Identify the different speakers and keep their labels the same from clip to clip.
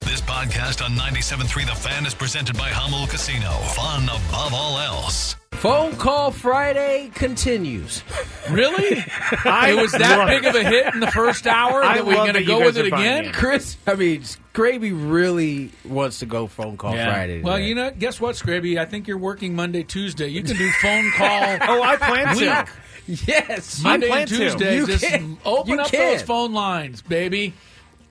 Speaker 1: This podcast on 97.3 The Fan is presented by Hummel Casino. Fun above all else.
Speaker 2: Phone call Friday continues.
Speaker 3: Really?
Speaker 4: I
Speaker 3: it was that
Speaker 4: love
Speaker 3: big
Speaker 4: it.
Speaker 3: of a hit in the first hour
Speaker 4: I
Speaker 3: that we're
Speaker 4: love
Speaker 3: going
Speaker 4: that
Speaker 3: to
Speaker 4: you
Speaker 3: go
Speaker 4: guys
Speaker 3: with it
Speaker 4: are buying
Speaker 3: again?
Speaker 4: in.
Speaker 2: Chris, I mean, Gravy really wants to go phone call Friday.
Speaker 3: Well,
Speaker 2: today.
Speaker 3: you know, guess what, Scraby? I think you're working Monday, Tuesday. You can do phone call
Speaker 4: Oh, I plan to.
Speaker 3: week.
Speaker 2: yes.
Speaker 3: Monday
Speaker 4: plan
Speaker 3: and
Speaker 4: to.
Speaker 3: Tuesday.
Speaker 2: You
Speaker 3: Just
Speaker 2: can.
Speaker 3: open
Speaker 2: You
Speaker 3: up
Speaker 2: can.
Speaker 3: those phone lines, baby.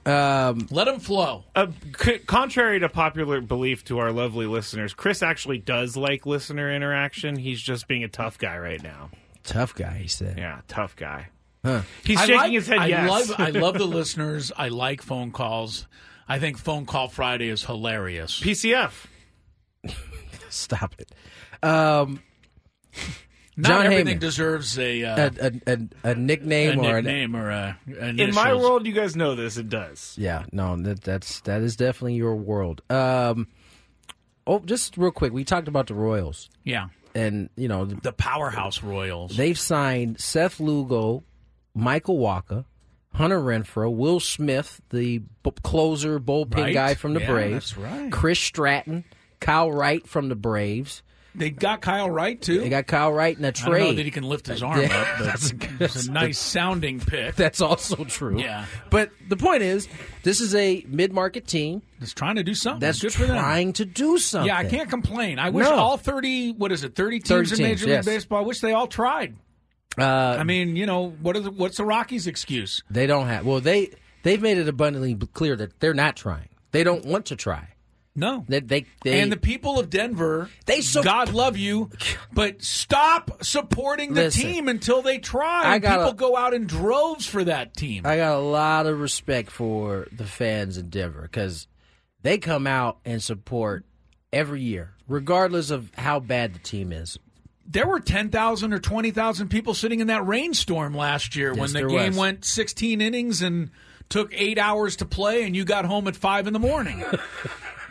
Speaker 3: Um, Let them flow.
Speaker 4: Uh, c- contrary to popular belief to our lovely listeners, Chris actually does like listener interaction. He's just being a tough guy right now.
Speaker 2: tough guy. He said.
Speaker 4: Yeah, tough guy. He's
Speaker 3: I
Speaker 4: shaking
Speaker 3: like-
Speaker 4: his head
Speaker 3: I
Speaker 4: yes.
Speaker 3: love, I love the listeners. I like phone calls. I think phone call Friday is hilarious.
Speaker 4: PCF.
Speaker 2: Stop it. Um,
Speaker 3: Not
Speaker 2: John
Speaker 3: everything
Speaker 2: Heyman.
Speaker 3: deserves a, uh,
Speaker 2: a, a, a, a
Speaker 3: a,
Speaker 2: nickname or an
Speaker 3: nickname or a,
Speaker 4: In my
Speaker 3: initials.
Speaker 4: world, you guys know this. It does.
Speaker 2: Yeah, no, that, that's that is definitely your world. Um, oh, just real quick, we talked about the Royals,
Speaker 3: Yeah.
Speaker 2: and you know
Speaker 3: The powerhouse Royals.
Speaker 2: they've signed Seth Lugo, Michael Walker, Hunter Renfro, Will Smith, the b- closer bullpen
Speaker 3: Right.
Speaker 2: guy from the
Speaker 3: Yeah,
Speaker 2: Braves,
Speaker 3: that's right.
Speaker 2: Chris Stratton, Kyle Wright from the Braves.
Speaker 3: They got Kyle Wright too.
Speaker 2: They got Kyle Wright in a
Speaker 3: I don't know that he
Speaker 2: trade.
Speaker 3: can lift his arm up, but it's a nice sounding pick.
Speaker 2: That's also true.
Speaker 3: Yeah.
Speaker 2: but the point is, this is a mid-market team
Speaker 3: It's trying to do something.
Speaker 2: that's
Speaker 3: good for them.
Speaker 2: trying to do something.
Speaker 3: Yeah, I can't complain. I wish
Speaker 2: No.
Speaker 3: all thirty. What is it? Thirty
Speaker 2: 30
Speaker 3: teams in Major
Speaker 2: teams,
Speaker 3: League
Speaker 2: yes.
Speaker 3: Baseball. I wish they all tried.
Speaker 2: Uh,
Speaker 3: I mean, you know, what is what's the Rockies' excuse?
Speaker 2: They don't have. Well, they they've made it abundantly clear that they're not trying. They don't want to try.
Speaker 3: No.
Speaker 2: They they, they
Speaker 3: and the people of Denver,
Speaker 2: They so-
Speaker 3: God love you, but stop supporting the
Speaker 2: Listen.
Speaker 3: team until they try.
Speaker 2: I
Speaker 3: And
Speaker 2: gotta-
Speaker 3: people go out in droves for that team.
Speaker 2: I got a lot of respect for the fans in Denver because they come out and support every year, regardless of how bad the team is.
Speaker 3: there were 10,000 or 20,000 people sitting in that rainstorm last year when the
Speaker 2: there
Speaker 3: game
Speaker 2: was.
Speaker 3: went 16 innings and took eight hours to play and you got home at 5 in the morning.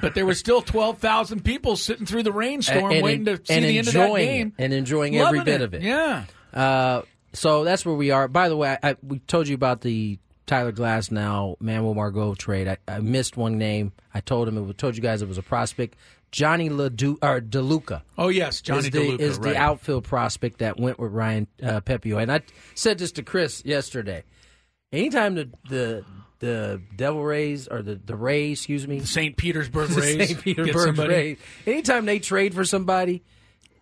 Speaker 3: but there was still 12,000 people sitting through the rainstorm
Speaker 2: and,
Speaker 3: waiting to see
Speaker 2: and
Speaker 3: the end of that
Speaker 2: enjoying it,
Speaker 3: game.
Speaker 2: and enjoying every
Speaker 3: Loving
Speaker 2: bit of it.
Speaker 3: Yeah.
Speaker 2: Uh, so that's where we are. By the way, I, I, we told you about the Tyler Glass now Manuel Margot trade. I, I missed one name. I told him it was, told you guys it was a prospect, Johnny Ledu, or DeLuca.
Speaker 3: Oh, yes, Johnny
Speaker 2: is the,
Speaker 3: DeLuca,
Speaker 2: is the
Speaker 3: right.
Speaker 2: outfield prospect that went with Ryan uh, Pepio. And I said this to Chris yesterday. Anytime the the the Devil Rays or the the Rays, excuse me,
Speaker 3: St. Petersburg
Speaker 2: the
Speaker 3: Rays.
Speaker 2: St.
Speaker 3: get
Speaker 2: Petersburg
Speaker 3: somebody.
Speaker 2: Rays. Anytime they trade for somebody,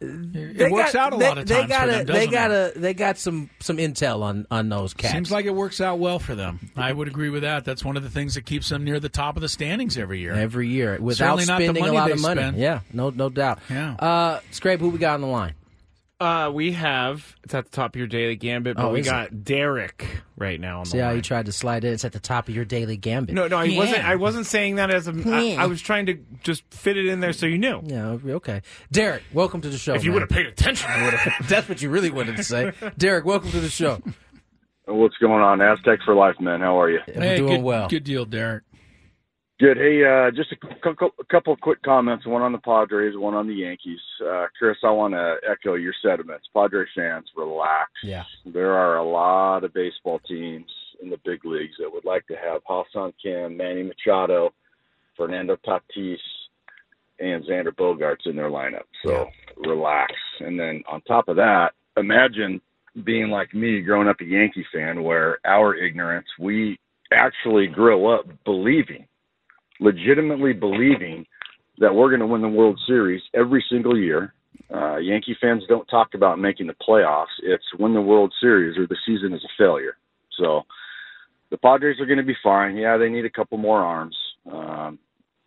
Speaker 3: It works out a lot of times
Speaker 2: They got
Speaker 3: for them, doesn't
Speaker 2: they
Speaker 3: it?
Speaker 2: got a, they got some some intel on on those cats.
Speaker 3: Seems like it works out well for them. I would agree with that. That's one of the things that keeps them near the top of the standings every year.
Speaker 2: every year without
Speaker 3: Certainly not the
Speaker 2: spending a
Speaker 3: money
Speaker 2: lot
Speaker 3: they
Speaker 2: of money.
Speaker 3: spend.
Speaker 2: Yeah, no no doubt.
Speaker 3: Yeah.
Speaker 2: Uh, Scrape, who we got on the line?
Speaker 4: Uh, we have it's at the top of your daily gambit, but
Speaker 2: Oh,
Speaker 4: we
Speaker 2: is it?
Speaker 4: got Derek right now on the
Speaker 2: See how
Speaker 4: line.
Speaker 2: you tried to slide in. It's at the top of your daily gambit.
Speaker 4: no, no, I
Speaker 3: Yeah.
Speaker 4: wasn't. I wasn't saying that as a. I, I was trying to just fit it in there so you knew.
Speaker 2: Yeah, okay. Derek, welcome to the show.
Speaker 4: If you
Speaker 2: man.
Speaker 4: would have paid attention, I would have.
Speaker 2: That's what you really wanted to say. Derek, welcome to the show.
Speaker 5: What's going on? Aztec for life, man. How are you?
Speaker 2: I'm
Speaker 3: Hey,
Speaker 2: doing
Speaker 3: good,
Speaker 2: well.
Speaker 3: Good deal, Derek.
Speaker 5: Good. Hey, uh, just a, cou- cou- a couple of quick comments. One on the Padres, one on the Yankees. Uh, Chris, I want to echo your sentiments. Padre fans, relax.
Speaker 2: Yeah.
Speaker 5: There are a lot of baseball teams in the big leagues that would like to have Hassan Kim, Manny Machado, Fernando Tatis, and Xander Bogarts in their lineup. So relax. And then on top of that, imagine being like me, growing up a Yankee fan, where our ignorance, we actually grow up believing legitimately believing that we're going to win the World Series every single year. Uh, Yankee fans don't talk about making the playoffs. It's win the World Series or the season is a failure. So the Padres are going to be fine. Yeah, they need a couple more arms, um,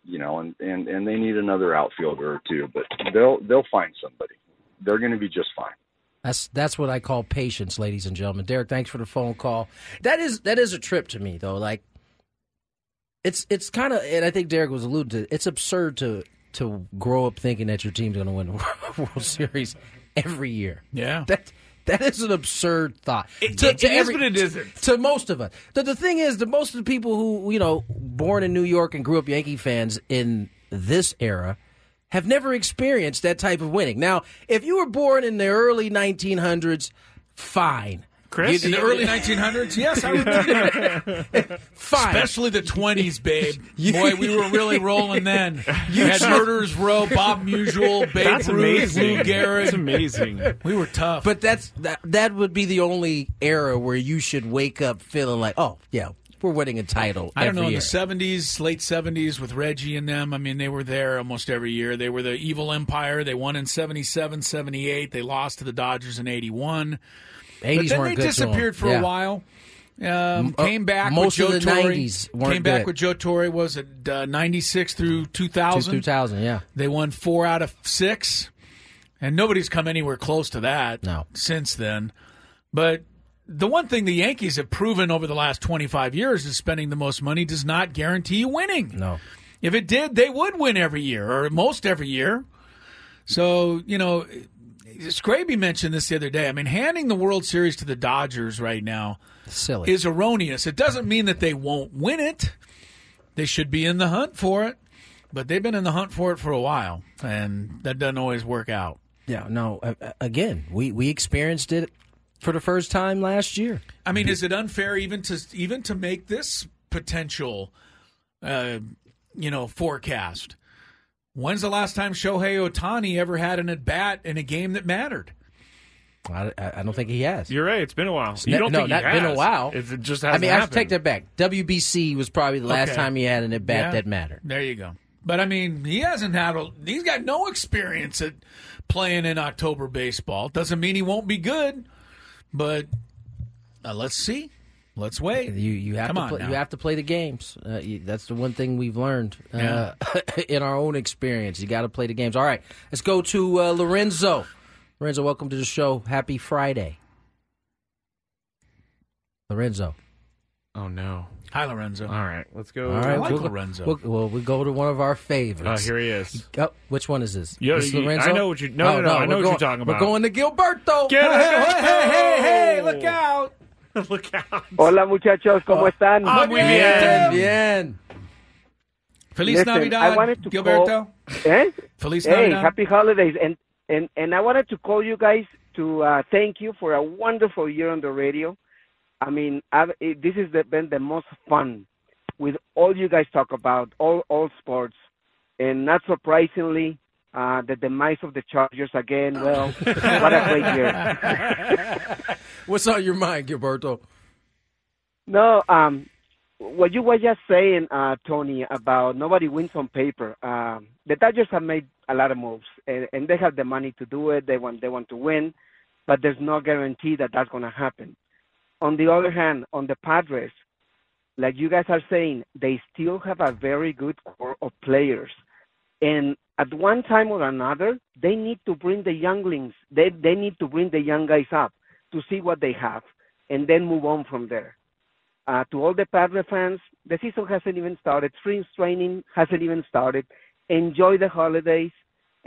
Speaker 5: you know, and, and and they need another outfielder or two, but they'll they'll find somebody. They're going to be just fine.
Speaker 2: That's that's what I call patience, ladies and gentlemen. Derek, thanks for the phone call. That is that is a trip to me though. Like it's it's kind of and I think Derek was alluding to. it, It's absurd to to grow up thinking that your team's going to win the World Series every year.
Speaker 3: Yeah.
Speaker 2: That that is an absurd thought.
Speaker 3: It- it is, but it isn't.
Speaker 2: To most of us, the, the thing is, the most of the people who you know born in New York and grew up Yankee fans in this era have never experienced that type of winning. Now, if you were born in the early 1900s, fine.
Speaker 4: Chris?
Speaker 3: In the early 1900s, yes, I would think that.
Speaker 2: Fine.
Speaker 3: Especially the 20s, babe. Boy, we were really rolling then. You had Murderers Row, Bob Musial, Babe
Speaker 4: That's
Speaker 3: Ruth,
Speaker 4: amazing.
Speaker 3: Lou
Speaker 4: That's
Speaker 3: Gehrig.
Speaker 4: amazing.
Speaker 3: We were tough.
Speaker 2: But that's that, that would be the only era where you should wake up feeling like, oh yeah, we're winning a title.
Speaker 3: I don't know,
Speaker 2: every year.
Speaker 3: in the 70s, late 70s with Reggie and them, I mean, they were there almost every year. They were the evil empire. They won in 77, 78. They lost to the Dodgers in 81. But
Speaker 2: 80s
Speaker 3: then they
Speaker 2: weren't good to 'em.
Speaker 3: disappeared for
Speaker 2: Yeah.
Speaker 3: a while. Um,
Speaker 2: uh,
Speaker 3: came back
Speaker 2: most
Speaker 3: with Joe
Speaker 2: of the
Speaker 3: Torre.
Speaker 2: 90s weren't
Speaker 3: Came back
Speaker 2: good.
Speaker 3: with Joe Torre. Was it uh, ninety six through two
Speaker 2: Just
Speaker 3: thousand?
Speaker 2: 2000, yeah.
Speaker 3: They won four out of six, and nobody's come anywhere close to that
Speaker 2: No.
Speaker 3: since then. But the one thing the Yankees have proven over the last 25 years is spending the most money does not guarantee you winning.
Speaker 2: No.
Speaker 3: If it did, they would win every year or most every year. So, you know, Scraby mentioned this the other day. I mean, handing the World Series to the Dodgers right now
Speaker 2: Silly.
Speaker 3: is erroneous. It doesn't mean that they won't win it. They should be in the hunt for it, but they've been in the hunt for it for a while, and that doesn't always work out.
Speaker 2: yeah, no. uh, uh, Again, we we experienced it for the first time last year.
Speaker 3: I mean, is it unfair even to even to make this potential, uh, you know, forecast? When's the last time Shohei Otani ever had an at bat in a game that mattered?
Speaker 2: I, I I don't think he has.
Speaker 4: You're right. It's been a while. You
Speaker 2: Ne-
Speaker 4: don't
Speaker 2: no,
Speaker 4: think he
Speaker 2: not
Speaker 4: has.
Speaker 2: been a while.
Speaker 4: It's- It just
Speaker 2: I
Speaker 4: hasn't
Speaker 2: mean, I
Speaker 4: happened.
Speaker 2: take that back. WBC was probably the last
Speaker 3: Okay.
Speaker 2: time he had an at bat
Speaker 3: Yeah.
Speaker 2: that mattered.
Speaker 3: There you go. But I mean, he hasn't had a, he's got no experience at playing in October baseball. Doesn't mean he won't be good, but uh, let's see. Let's wait.
Speaker 2: You you have
Speaker 3: Come
Speaker 2: to
Speaker 3: on
Speaker 2: play,
Speaker 3: now.
Speaker 2: you have to play the games. Uh, you, that's the one thing we've learned
Speaker 3: Yeah.
Speaker 2: uh, in our own experience. You got to play the games. All right, let's go to uh, Lorenzo. Lorenzo, welcome to the show. Happy Friday, Lorenzo.
Speaker 4: Oh no!
Speaker 3: Hi, Lorenzo.
Speaker 4: All right, let's go.
Speaker 2: All right,
Speaker 3: like
Speaker 2: we'll, go-
Speaker 3: Lorenzo.
Speaker 2: We'll, well, we go to one of our
Speaker 4: Oh,
Speaker 2: favorites.
Speaker 4: here he is.
Speaker 2: Oh, which one is this?
Speaker 4: Yeah,
Speaker 2: this
Speaker 4: you-
Speaker 2: Lorenzo? Oh,
Speaker 4: I know what you- no, no, no, I
Speaker 2: we're
Speaker 4: know what you're
Speaker 2: going-
Speaker 4: talking
Speaker 2: We're
Speaker 4: about.
Speaker 2: going to Gilberto.
Speaker 4: Get
Speaker 2: hey,
Speaker 4: it! Oh.
Speaker 2: hey, hey, hey, hey, look out!
Speaker 4: out! look out!
Speaker 6: Hola muchachos, ¿cómo están?
Speaker 4: Ah, muy
Speaker 2: Bien,
Speaker 4: bien.
Speaker 2: bien.
Speaker 3: Feliz
Speaker 6: Listen,
Speaker 3: Navidad,
Speaker 6: I wanted to
Speaker 3: Gilberto.
Speaker 6: call- Eh?
Speaker 3: Feliz
Speaker 6: Hey,
Speaker 3: Navidad.
Speaker 6: happy holidays. And, and, and I wanted to call you guys to uh, thank you for a wonderful year on the radio. I mean, I've, it, this has been the most fun with all you guys talk about, all, all sports. And not surprisingly, uh, the demise of the Chargers again. Well, what a great year.
Speaker 2: What's on your mind, Gilberto?
Speaker 6: No, um, what you were just saying, uh, Tony, about nobody wins on paper. Um, the Dodgers have made a lot of moves, and, and they have the money to do it. They want they want to win, but there's no guarantee that that's going to happen. On the other hand, on the Padres, like you guys are saying, they still have a very good core of players, and at one time or another, they need to bring the younglings. They they need to bring the young guys up to see what they have, and then move on from there uh, to all the Padre fans, the season hasn't even started. Spring training hasn't even started. Enjoy the holidays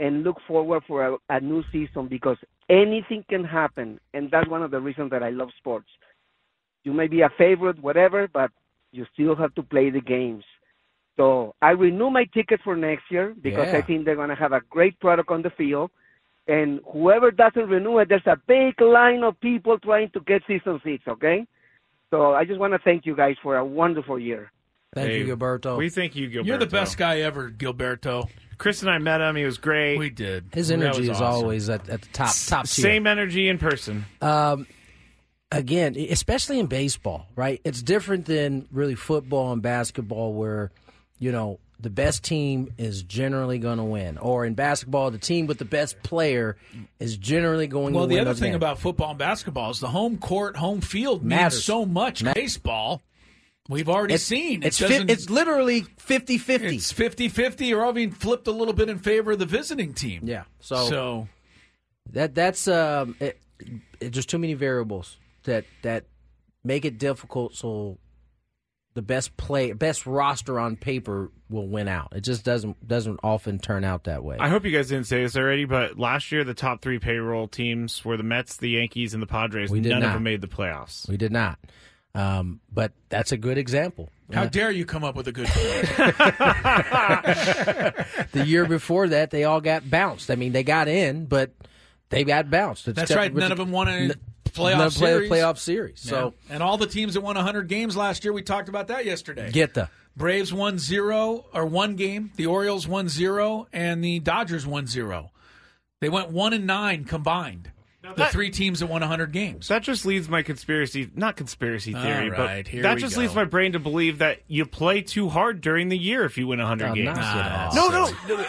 Speaker 6: and look forward for a, a new season because anything can happen, and that's one of the reasons that I love sports. You may be a favorite, whatever, but you still have to play the games. So I renew my ticket for next year because
Speaker 2: Yeah.
Speaker 6: I think they're going to have a great product on the field. And whoever doesn't renew it, there's a big line of people trying to get season seats, okay? So I just want to thank you guys for a wonderful year.
Speaker 2: Thank
Speaker 4: Hey,
Speaker 2: you, Gilberto.
Speaker 4: We thank you, Gilberto.
Speaker 3: You're the best guy ever, Gilberto.
Speaker 4: Chris and I met him. He was great.
Speaker 3: We did.
Speaker 2: His
Speaker 4: That
Speaker 2: energy
Speaker 4: was
Speaker 2: is
Speaker 4: awesome.
Speaker 2: always at, at the top top tier.
Speaker 4: Same energy in person.
Speaker 2: Um, again, e, especially in baseball, right? It's different than really football and basketball, where you know the best team is generally going to win, or in basketball, the team with the best player is generally going
Speaker 3: Well,
Speaker 2: to win.
Speaker 3: the other
Speaker 2: those
Speaker 3: thing
Speaker 2: games.
Speaker 3: about football and basketball is the home court, home field means
Speaker 2: Matters.
Speaker 3: so much. Baseball, we've already
Speaker 2: It's-
Speaker 3: seen.
Speaker 2: it's fi- it's literally 50 50.
Speaker 3: It's 50 50 or even flipped a little bit in favor of the visiting team.
Speaker 2: Yeah. So,
Speaker 3: So-
Speaker 2: that that's um, it, it, there's too many variables that that make it difficult. So the best play, best roster on paper will win out. It just doesn't doesn't often turn out that way.
Speaker 4: I hope you guys didn't say this already, but last year the top three payroll teams were the Mets, the Yankees, and the Padres.
Speaker 2: We did
Speaker 4: None
Speaker 2: not.
Speaker 4: of them made the playoffs.
Speaker 2: We did not. Um, but that's a good example.
Speaker 3: How
Speaker 2: Uh,
Speaker 3: dare you come up with a good point?
Speaker 2: the year before that, they all got bounced. I mean, they got in, but they got bounced.
Speaker 3: That's
Speaker 2: Except
Speaker 3: right.
Speaker 2: with
Speaker 3: None
Speaker 2: the-
Speaker 3: of them won any
Speaker 2: N-
Speaker 3: playoff
Speaker 2: none of them play-
Speaker 3: series.
Speaker 2: playoff series. So
Speaker 3: Yeah. and all the teams that won 100 games last year, we talked about that yesterday.
Speaker 2: get the
Speaker 3: Braves won zero or one game. The Orioles won zero, and the Dodgers won zero. They went one and nine combined. the
Speaker 4: that-
Speaker 3: three teams that won 100 games.
Speaker 4: So that just leads my conspiracy, not conspiracy
Speaker 3: All
Speaker 4: theory,
Speaker 3: right,
Speaker 4: but
Speaker 3: here
Speaker 4: that
Speaker 3: we
Speaker 4: just
Speaker 3: go.
Speaker 4: leads my brain to believe that you play too hard during the year if you win 100
Speaker 2: Oh,
Speaker 4: games.
Speaker 2: not at
Speaker 4: No,
Speaker 2: all.
Speaker 4: no, no,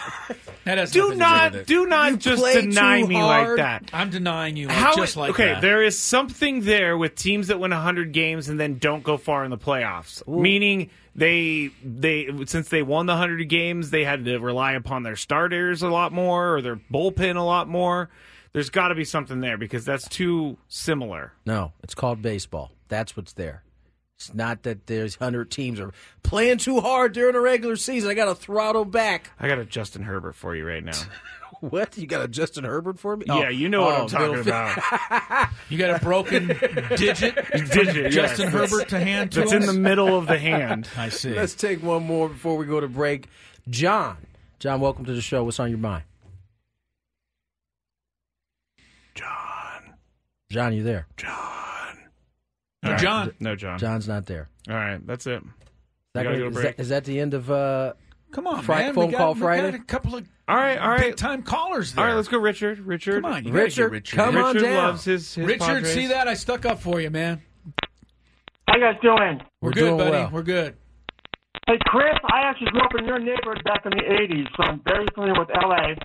Speaker 3: That has
Speaker 4: do
Speaker 3: nothing To do
Speaker 4: not,
Speaker 3: with it.
Speaker 4: do not just
Speaker 2: play
Speaker 4: deny
Speaker 2: too
Speaker 4: me
Speaker 2: hard.
Speaker 4: like that.
Speaker 3: I'm denying you.
Speaker 4: How
Speaker 3: just
Speaker 4: it-
Speaker 3: like
Speaker 4: okay,
Speaker 3: that.
Speaker 4: there is something there with teams that win 100 games and then don't go far in the playoffs. Meaning they they since they won the 100 games, they had to rely upon their starters a lot more or their bullpen a lot more. There's got to be something there because that's too similar.
Speaker 2: no. It's called baseball. That's what's there. It's not that there's hundred teams are playing too hard during the regular season. I got to throttle back.
Speaker 4: I got a Justin Herbert for you right now.
Speaker 2: What you got a Justin Herbert for me?
Speaker 4: yeah, you know what
Speaker 2: Oh,
Speaker 4: I'm talking
Speaker 2: middle
Speaker 4: about.
Speaker 3: You got a broken digit.
Speaker 4: Digit, yes.
Speaker 3: Justin Herbert to hand to
Speaker 4: That's
Speaker 3: us?
Speaker 4: in the middle of the hand.
Speaker 3: I see.
Speaker 2: Let's take one more before we go to break. John, John, welcome to the show. What's on your mind? John, John, you there?
Speaker 4: All right.
Speaker 3: John.
Speaker 4: No, John.
Speaker 2: John's not there.
Speaker 4: All right, that's
Speaker 2: Is
Speaker 4: it.
Speaker 2: that,
Speaker 4: gotta
Speaker 2: gonna-
Speaker 4: go to
Speaker 2: is
Speaker 4: break.
Speaker 2: that- is that the end of? Uh,
Speaker 3: Come on,
Speaker 2: Fri-
Speaker 3: man.
Speaker 2: phone
Speaker 3: we got,
Speaker 2: call
Speaker 3: we
Speaker 2: Friday?
Speaker 3: got a couple of
Speaker 4: All right, all right.
Speaker 3: big time callers. There.
Speaker 4: All right, let's go, Richard. Richard.
Speaker 3: Come on, you gotta
Speaker 2: Richard,
Speaker 3: get Richard.
Speaker 2: come
Speaker 3: in.
Speaker 2: on
Speaker 4: Richard
Speaker 2: down.
Speaker 4: loves his, his
Speaker 3: Richard,
Speaker 4: Padres.
Speaker 3: see that? I stuck up for you, man.
Speaker 7: How you guys doing?
Speaker 2: We're
Speaker 3: good,
Speaker 2: doing
Speaker 3: buddy.
Speaker 2: well.
Speaker 3: We're good.
Speaker 7: Hey, Chris, I actually grew up in your neighborhood back in the 80s, so I'm very familiar with LA.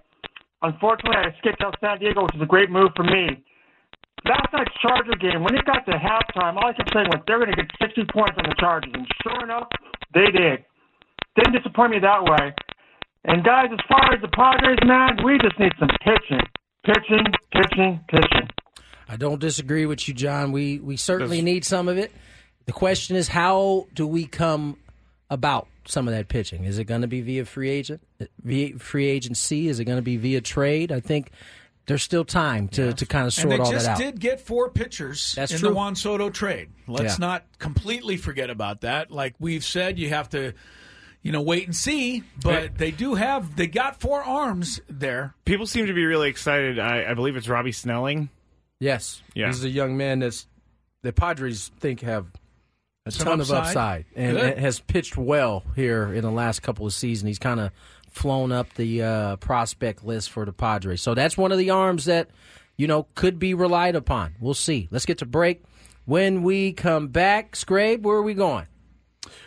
Speaker 7: Unfortunately, I escaped out San Diego, which is a great move for me. Last night's Charger game, when it got to halftime, all I kept saying was they're going to get 60 points on the Chargers, and sure enough, they did. Didn't disappoint me that way. And guys, as far as the Padres, man, we just need some pitching, pitching, pitching, pitching.
Speaker 2: I don't disagree with you, John. We we certainly
Speaker 4: Does-
Speaker 2: need some of it. The question is, how do we come about some of that pitching? Is it going to be via free agent, via free agency? Is it going to be via trade? I think there's still time to, to kind of
Speaker 3: And
Speaker 2: sort
Speaker 3: they
Speaker 2: all
Speaker 3: just
Speaker 2: that out.
Speaker 3: did get four pitchers
Speaker 2: That's
Speaker 3: in the
Speaker 2: true.
Speaker 3: Juan Soto trade. Let's
Speaker 2: Yeah.
Speaker 3: not completely forget about that. Like we've said, you have to, you know, wait and see. But they do have they got four arms there.
Speaker 4: People seem to be really excited. I, I believe it's Robbie Snelling.
Speaker 2: Yes.
Speaker 4: Yeah.
Speaker 2: He's a young man that's the Padres think have a
Speaker 3: Some
Speaker 2: ton of
Speaker 3: upside.
Speaker 2: upside and,
Speaker 3: Good.
Speaker 2: and has pitched well here in the last couple of seasons. He's kind of flown up the uh, prospect list for the Padres. So that's one of the arms that, you know, could be relied upon. We'll see. Let's get to break. When we come back, Scrabe, where are we going?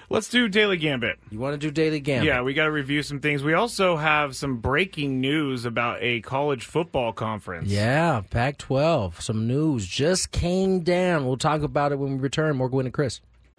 Speaker 4: Let's do Daily Gambit.
Speaker 2: You want to do Daily Gambit?
Speaker 4: Yeah, we got to review some things. We also have some breaking news about a college football conference.
Speaker 2: Yeah, Pac 12. Some news just came down. We'll talk about it when we return. More Gwen and Chris.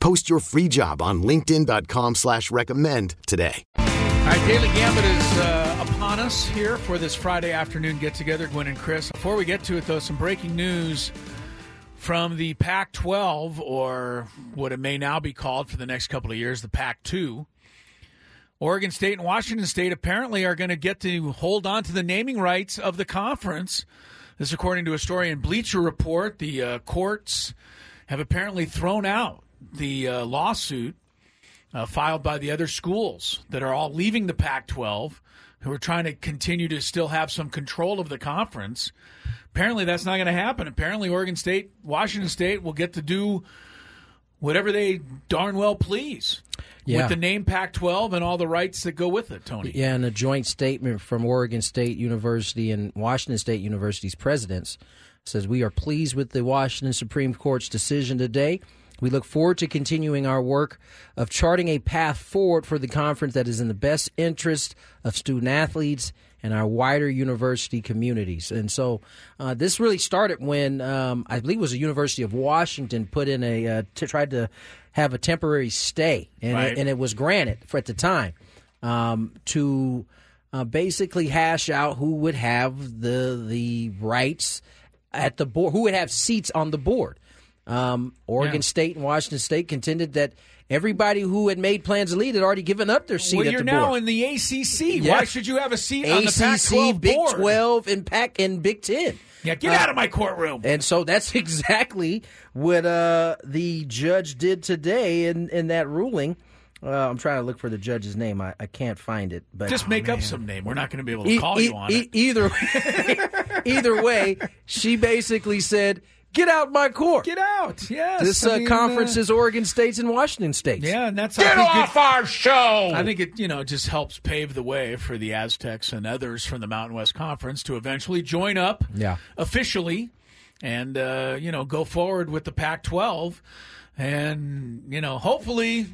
Speaker 8: Post your free job on linkedin.com/recommend slash recommend today.
Speaker 3: All right, Daily Gambit is uh, upon us here for this Friday afternoon get together, Gwen and Chris. Before we get to it, though, some breaking news from the Pac 12, or what it may now be called for the next couple of years, the Pac 2. Oregon State and Washington State apparently are going to get to hold on to the naming rights of the conference. This, according to a story in Bleacher Report, the uh, courts have apparently thrown out the uh, lawsuit uh, filed by the other schools that are all leaving the Pac 12, who are trying to continue to still have some control of the conference. Apparently, that's not going to happen. Apparently, Oregon State, Washington State will get to do whatever they darn well please
Speaker 2: Yeah.
Speaker 3: with the name Pac 12 and all the rights that go with it, Tony.
Speaker 2: Yeah, in a joint statement from Oregon State University and Washington State University's presidents says we are pleased with the Washington Supreme Court's decision today. We look forward to continuing our work of charting a path forward for the conference that is in the best interest of student athletes and our wider university communities. And so uh, this really started when um, I believe it was the University of Washington put in a uh, t- tried to have a temporary stay, and,
Speaker 3: Right.
Speaker 2: it, and it was granted for at the time um, to uh, basically hash out who would have the the rights at the board, who would have seats on the board. Um, Oregon
Speaker 3: Yeah.
Speaker 2: State and Washington State contended that everybody who had made plans to leave had already given up their seat
Speaker 3: well,
Speaker 2: at
Speaker 3: you're
Speaker 2: the
Speaker 3: now
Speaker 2: board.
Speaker 3: in the ACC.
Speaker 2: Yeah.
Speaker 3: Why should you have a seat on the
Speaker 2: ACC,
Speaker 3: Pac-12
Speaker 2: Big
Speaker 3: board?
Speaker 2: Twelve, Uh, and Pac and Big Ten.
Speaker 3: Yeah, get out of my courtroom.
Speaker 2: And so that's exactly what uh, the judge did today in in that ruling. Uh, I'm trying to look for the judge's name. I, I can't find it. But
Speaker 3: Just make up some name. We're not going to be able to
Speaker 2: E-
Speaker 3: Oh, call
Speaker 2: e-
Speaker 3: you on
Speaker 2: e-
Speaker 3: it.
Speaker 2: Either either way, she basically said, "Get out my court. Get
Speaker 3: out. Yes,
Speaker 2: this
Speaker 3: I
Speaker 2: uh,
Speaker 3: mean,
Speaker 2: conference
Speaker 3: uh,
Speaker 2: is Oregon states and Washington states.
Speaker 3: Yeah, and that's
Speaker 2: Get
Speaker 3: off our show. I think it you know just helps pave the way for the Aztecs and others from the Mountain West Conference to eventually join up
Speaker 2: Yeah.
Speaker 3: officially and uh, you know go forward with the Pac-12 and you know hopefully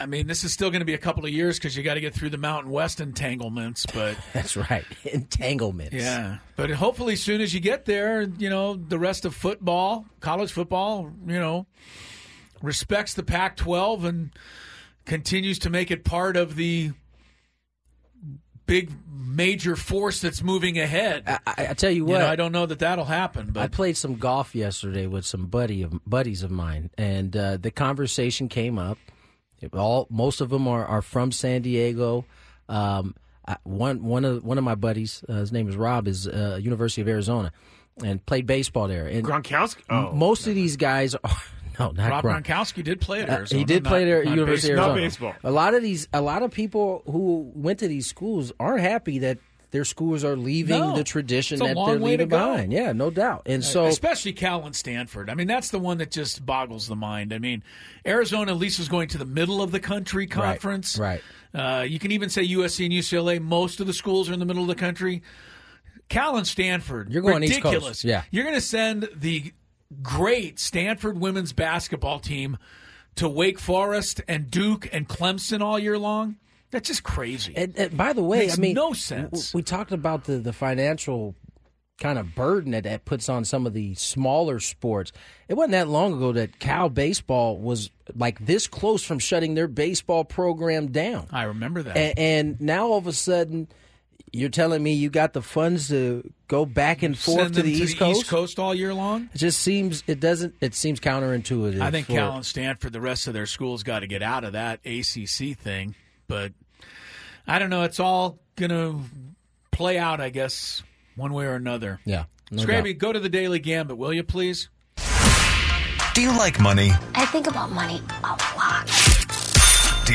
Speaker 3: I mean this is still going to be a couple of years cuz you got to get through the Mountain West entanglements but
Speaker 2: that's right. Entanglements.
Speaker 3: yeah but hopefully soon as you get there you know the rest of football college football you know respects the Pac-12 and continues to make it part of the big major force that's moving ahead I,
Speaker 2: I tell you
Speaker 3: you
Speaker 2: Uh, what.
Speaker 3: know, I don't know that that'll happen but
Speaker 2: I played some golf yesterday with some buddy of, buddies of mine, and uh, the conversation came up. It- All most of them are, are from San Diego. Um, I, one one of one of my buddies, uh, his name is Rob, is uh, University of Arizona, and played baseball there. And
Speaker 4: Gronkowski. oh.
Speaker 2: m- most of these guys are no, not
Speaker 3: oh, Rob
Speaker 2: Gronk.
Speaker 3: Gronkowski did play at
Speaker 2: Uh,
Speaker 3: Arizona.
Speaker 2: he did play
Speaker 3: not-
Speaker 2: there at
Speaker 3: not
Speaker 2: University of
Speaker 3: baseball.
Speaker 2: Arizona. A lot of these, a lot of people who went to these schools aren't happy that their schools are leaving
Speaker 3: No.
Speaker 2: the tradition
Speaker 3: It's a
Speaker 2: that
Speaker 3: long
Speaker 2: they're
Speaker 3: way to
Speaker 2: leaving
Speaker 3: go. Uh,
Speaker 2: behind. Yeah, no doubt. And so,
Speaker 3: especially Cal and Stanford. I mean, that's the one that just boggles the mind. I mean, Arizona at least is going to the middle of the country conference.
Speaker 2: right.
Speaker 3: Uh, you can even say USC and UCLA. Most of the schools are in the middle of the country. Cal and Stanford.
Speaker 2: You're going East Coast,
Speaker 3: ridiculous.
Speaker 2: yeah.
Speaker 3: You're going to send the great Stanford women's basketball team to Wake Forest and Duke and Clemson all year long. That's just crazy.
Speaker 2: And, and by the way,
Speaker 3: Makes
Speaker 2: I mean,
Speaker 3: no sense.
Speaker 2: w- we talked about the, the financial kind of burden that that puts on some of the smaller sports. It wasn't that long ago that Cal baseball was like this close from shutting their baseball program down.
Speaker 3: I remember that.
Speaker 2: And, and now all of a sudden, you're telling me you got the funds to go back and
Speaker 3: Send
Speaker 2: forth to
Speaker 3: them
Speaker 2: the,
Speaker 3: to
Speaker 2: East,
Speaker 3: the
Speaker 2: Coast?
Speaker 3: East Coast all year long.
Speaker 2: It just seems it doesn't. It seems counterintuitive.
Speaker 3: I think
Speaker 2: for-
Speaker 3: Cal and Stanford, the rest of their schools, got to get out of that ACC thing. But I don't know. It's all going to play out, I guess, one way or another.
Speaker 2: Yeah. no
Speaker 3: Scraby, go to the Daily Gambit, will you, please?
Speaker 1: Do you like money?
Speaker 9: I think about money a lot.
Speaker 1: Do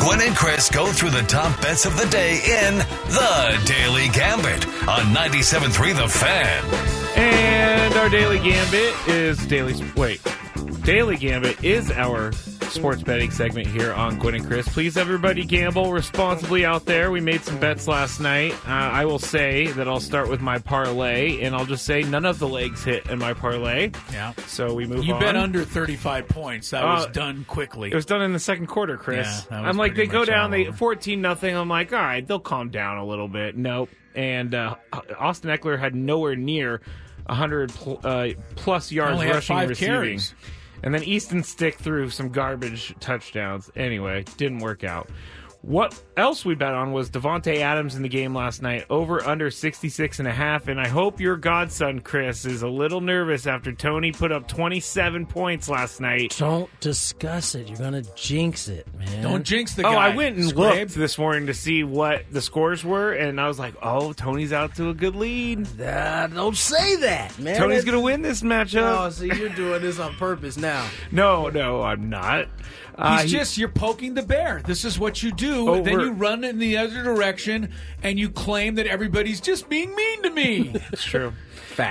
Speaker 1: Gwen and Chris go through the top bets of the day in The Daily Gambit on 97.3 The Fan.
Speaker 4: And our daily gambit is daily. Wait, daily gambit is our sports betting segment here on Gwen and Chris. Please, everybody, gamble responsibly out there. We made some bets last night. Uh, I will say that I'll start with my parlay, and I'll just say none of the legs hit in my parlay.
Speaker 3: Yeah.
Speaker 4: So we move.
Speaker 3: You
Speaker 4: on.
Speaker 3: bet under 35 points. That was
Speaker 4: Uh,
Speaker 3: done quickly.
Speaker 4: It was done in the second quarter, Chris.
Speaker 3: Yeah, that was
Speaker 4: I'm like, they
Speaker 3: pretty
Speaker 4: go
Speaker 3: much
Speaker 4: down,
Speaker 3: all
Speaker 4: they 14 nothing. I'm like, all right, they'll calm down a little bit. Nope. And uh, Austin Eckler had nowhere near 100 pl- uh, plus yards
Speaker 3: Only had
Speaker 4: rushing
Speaker 3: five
Speaker 4: and receiving.
Speaker 3: carries.
Speaker 4: And then Easton stick through some garbage touchdowns. Anyway, didn't work out. What else we bet on was Devonte Adams in the game last night, over under 66 and a half. And I hope your godson Chris is a little nervous after Tony put up 27 points last night.
Speaker 2: Don't discuss it. You're gonna jinx it, man.
Speaker 4: Oh, I went and looked this morning to see what the scores were, and I was like, "Oh, Tony's out to a good lead."
Speaker 2: don't say that, man.
Speaker 4: Tony's
Speaker 2: That's-
Speaker 4: gonna win this matchup.
Speaker 2: Oh, so you're doing this on purpose now.
Speaker 4: No, no, I'm not. Uh,
Speaker 3: He's
Speaker 4: he-
Speaker 3: just you're poking the bear. This is what you do.
Speaker 4: Over-
Speaker 3: Then you run in the other direction and you claim that everybody's just being mean to me.
Speaker 4: It's true.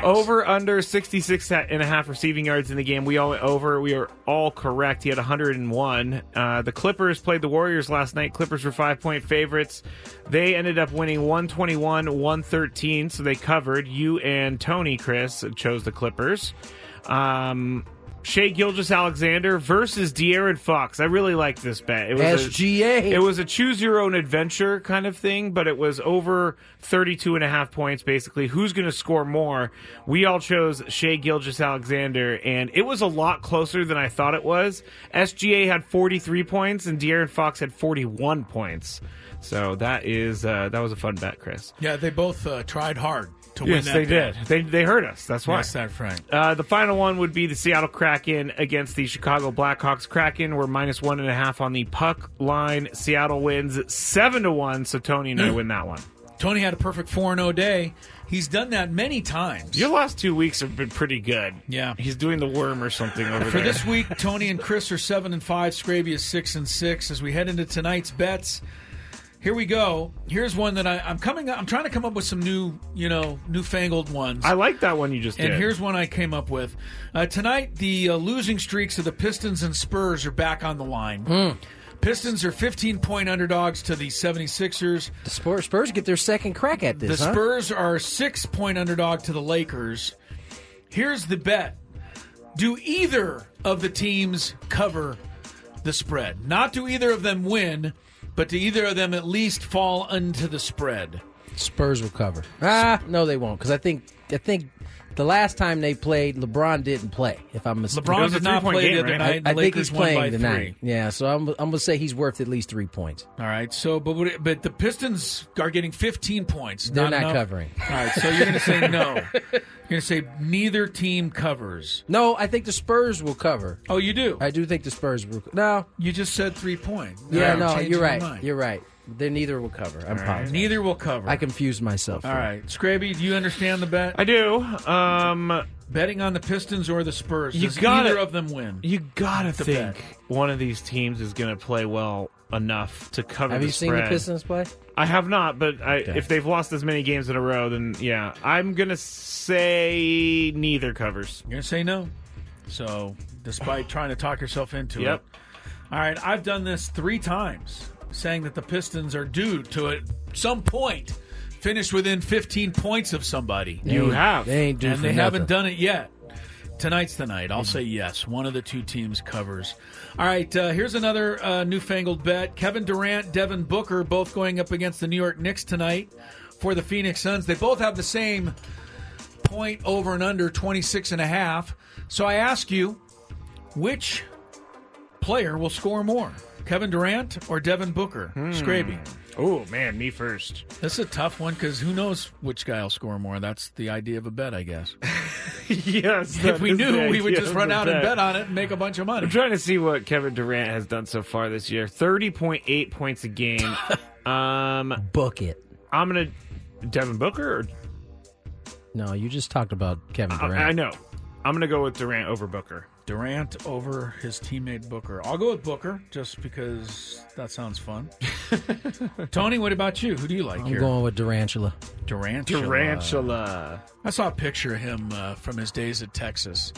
Speaker 4: Over under 66 and a half receiving yards in the game. We all went over. We are all correct. He had 101. Uh, the Clippers played the Warriors last night. Clippers were five point favorites. They ended up winning 121 113. So they covered. You and Tony, Chris, chose the Clippers. Um, Shea Gilgis Alexander versus De'Aaron Fox. I really like this bet. It was a-
Speaker 2: SGA.
Speaker 4: it was a choose your own adventure kind of thing, but it was over 32 and a half points basically. Who's going to score more? We all chose Shea Gilgis Alexander, and it was a lot closer than I thought it was. SGA had 43 points, and De'Aaron Fox had 41 points. So that is uh, that was a fun bet, Chris.
Speaker 3: Yeah, they both uh, tried hard to win
Speaker 4: yes,
Speaker 3: that.
Speaker 4: they
Speaker 3: bet.
Speaker 4: did. They they hurt us. That's why.
Speaker 3: Yes, that's right.
Speaker 4: Uh, the final one would be the Seattle Kraken against the Chicago Blackhawks. Kraken were minus one and a half on the puck line. Seattle wins seven to one, so Tony and I win that one.
Speaker 3: Tony had a perfect 4 0 day. He's done that many times.
Speaker 4: Your last two weeks have been pretty good. Yeah, he's doing the worm or something over
Speaker 3: For
Speaker 4: there.
Speaker 3: this week, Tony and Chris are seven and five. Scraby is six and six. As we head into tonight's bets, here we go. Here's one that I, I'm coming. I'm trying to come up with some new, you know, newfangled ones.
Speaker 4: I like that one you just
Speaker 3: and
Speaker 4: did.
Speaker 3: here's one I came up with uh, tonight. The uh, losing streaks of the Pistons and Spurs are back on the line.
Speaker 4: Hmm.
Speaker 3: Pistons are 15 point underdogs to the 76ers.
Speaker 2: The Spurs, Spurs get their second crack at this.
Speaker 3: The
Speaker 2: huh?
Speaker 3: Spurs are six point underdog to the Lakers. Here's the bet Do either of the teams cover the spread? Not do either of them win, but do either of them at least fall into the spread?
Speaker 2: Spurs will cover. Ah, no, they won't. Because I think I think the last time they played, LeBron didn't play. If I'm mistaken,
Speaker 3: LeBron It was a did not three-point play the game, other right? night, and
Speaker 2: I, I
Speaker 3: the
Speaker 2: think
Speaker 3: Lakers
Speaker 2: he's
Speaker 3: won
Speaker 2: playing
Speaker 3: by
Speaker 2: tonight. Yeah, so I'm, I'm gonna say he's worth at least three points.
Speaker 3: All right. So, but would it, but the Pistons are getting 15 points.
Speaker 2: They're not
Speaker 3: enough?
Speaker 2: covering.
Speaker 3: All right. So you're going to say no. You're going to say neither team covers.
Speaker 2: No, I think the Spurs will cover.
Speaker 3: Oh, you do?
Speaker 2: I do think the Spurs will. No,
Speaker 3: you just said three points.
Speaker 2: Yeah,
Speaker 3: I'm
Speaker 2: no,
Speaker 3: changing
Speaker 2: you're
Speaker 3: my
Speaker 2: right.
Speaker 3: mind.
Speaker 2: You're right. Then neither will cover. I'm
Speaker 3: All right.
Speaker 2: positive.
Speaker 3: Neither will cover.
Speaker 2: I confused myself.
Speaker 3: All right, Scraby, do you understand the bet?
Speaker 4: I do. Um,
Speaker 3: Betting on the Pistons or the Spurs.
Speaker 4: You
Speaker 3: Does
Speaker 4: gotta-
Speaker 3: either of them win?
Speaker 4: You gotta
Speaker 3: The
Speaker 4: think
Speaker 3: bet.
Speaker 4: one of these teams is going to play well enough to cover.
Speaker 2: Have
Speaker 4: the
Speaker 2: you seen the
Speaker 4: spread.
Speaker 2: Pistons play?
Speaker 4: I have not, but I,
Speaker 2: Okay.
Speaker 4: if they've lost as many games in a row, then yeah, I'm gonna say neither covers.
Speaker 3: You're gonna say no. So, despite trying to talk yourself into
Speaker 4: Yep.
Speaker 3: it. All right, I've done this three times, saying that the Pistons are due to at some point finish within 15 points of somebody.
Speaker 4: You They ain't- have. they ain't due
Speaker 3: and
Speaker 4: for
Speaker 3: they
Speaker 4: nothing.
Speaker 3: haven't done it yet. Tonight's the night. I'll say yes. One of the two teams covers. All right, uh, here's another uh, newfangled bet. Kevin Durant, Devin Booker, both going up against the New York Knicks tonight for the Phoenix Suns. They both have the same point over and under 26 and a half. So I ask you, which player will score more? Kevin Durant or Devin Booker? Scraby.
Speaker 4: Oh man, me first.
Speaker 3: This is a tough one because who knows which guy will score more? That's the idea of a bet, I guess.
Speaker 4: yes.
Speaker 3: if we knew, we would just run out and bet on it and make a bunch of money.
Speaker 4: I'm trying to see what Kevin Durant has done so far this year. Thirty point eight points a game. um,
Speaker 2: book it.
Speaker 4: I'm gonna Devin Booker. Or,
Speaker 2: No, you just talked about Kevin
Speaker 4: I,
Speaker 2: Durant.
Speaker 4: I know. I'm gonna go with Durant over Booker.
Speaker 3: Durant over his teammate Booker. I'll go with Booker just because that sounds fun. Tony, what about you? Who do you like
Speaker 2: I'm
Speaker 3: here?
Speaker 2: going with Durantula.
Speaker 3: Durantula. I saw a picture of him uh, from his days at Texas.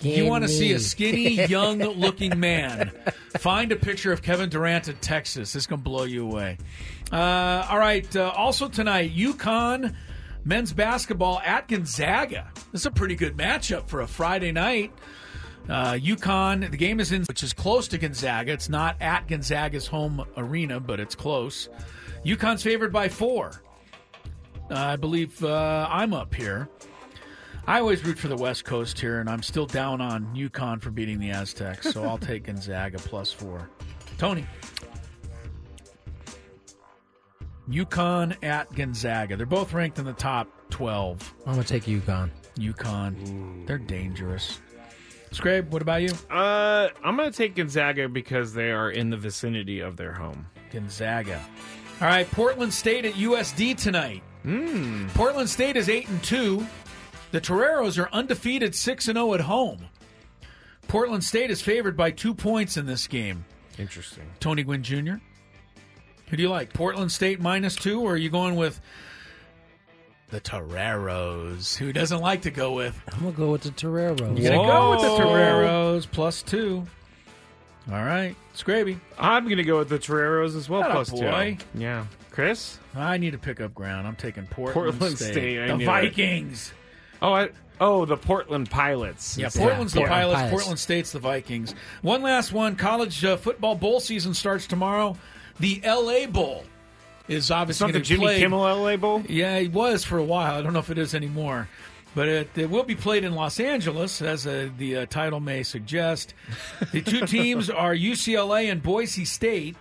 Speaker 3: You want to see a skinny, young-looking man? Find a picture of Kevin Durant at Texas. This going to blow you away. Uh, all right. Uh, also tonight, UConn men's basketball at Gonzaga. This is a pretty good matchup for a Friday night. Uh, UConn. The game is in, which is close to Gonzaga. It's not at Gonzaga's home arena, but it's close. UConn's favored by four. Uh, I believe uh, I'm up here. I always root for the West Coast here, and I'm still down on UConn for beating the Aztecs, so I'll take Gonzaga plus four. Tony. UConn at Gonzaga. They're both ranked in the top 12.
Speaker 2: I'm gonna take UConn.
Speaker 3: UConn. They're dangerous. Scrape, what about you?
Speaker 4: Uh, I'm gonna take Gonzaga because they are in the vicinity of their home.
Speaker 3: Gonzaga. All right, Portland State at USD tonight. Portland State is eight and two. The Toreros are undefeated, six and zero at home. Portland State is favored by two points in this game.
Speaker 4: Interesting.
Speaker 3: Tony Gwynn Jr. Who do you like? Portland State minus two, or are you going with the Toreros? Who doesn't like to go with?
Speaker 2: I'm gonna go with the Toreros.
Speaker 3: You're gonna go with the Toreros plus two. All right, Scraby.
Speaker 4: I'm gonna go with the Toreros as well.
Speaker 3: Atta
Speaker 4: plus
Speaker 3: boy.
Speaker 4: two. Yeah, Chris.
Speaker 3: I need to pick up ground. I'm taking Portland,
Speaker 4: Portland
Speaker 3: State.
Speaker 4: State, I
Speaker 3: the
Speaker 4: knew it.
Speaker 3: Vikings.
Speaker 4: Oh, I, oh, the Portland Pilots.
Speaker 3: Yeah, Portland's the Pilots. Portland State's the Vikings. One last one. College uh, football bowl season starts tomorrow. The L.A. Bowl is
Speaker 4: It's
Speaker 3: obviously
Speaker 4: not the
Speaker 3: going
Speaker 4: Jimmy
Speaker 3: play.
Speaker 4: Kimmel LA Bowl.
Speaker 3: Yeah, it was for a while. I don't know if it is anymore. But it, it will be played in Los Angeles, as uh, the uh, title may suggest. The two teams are UCLA and Boise State.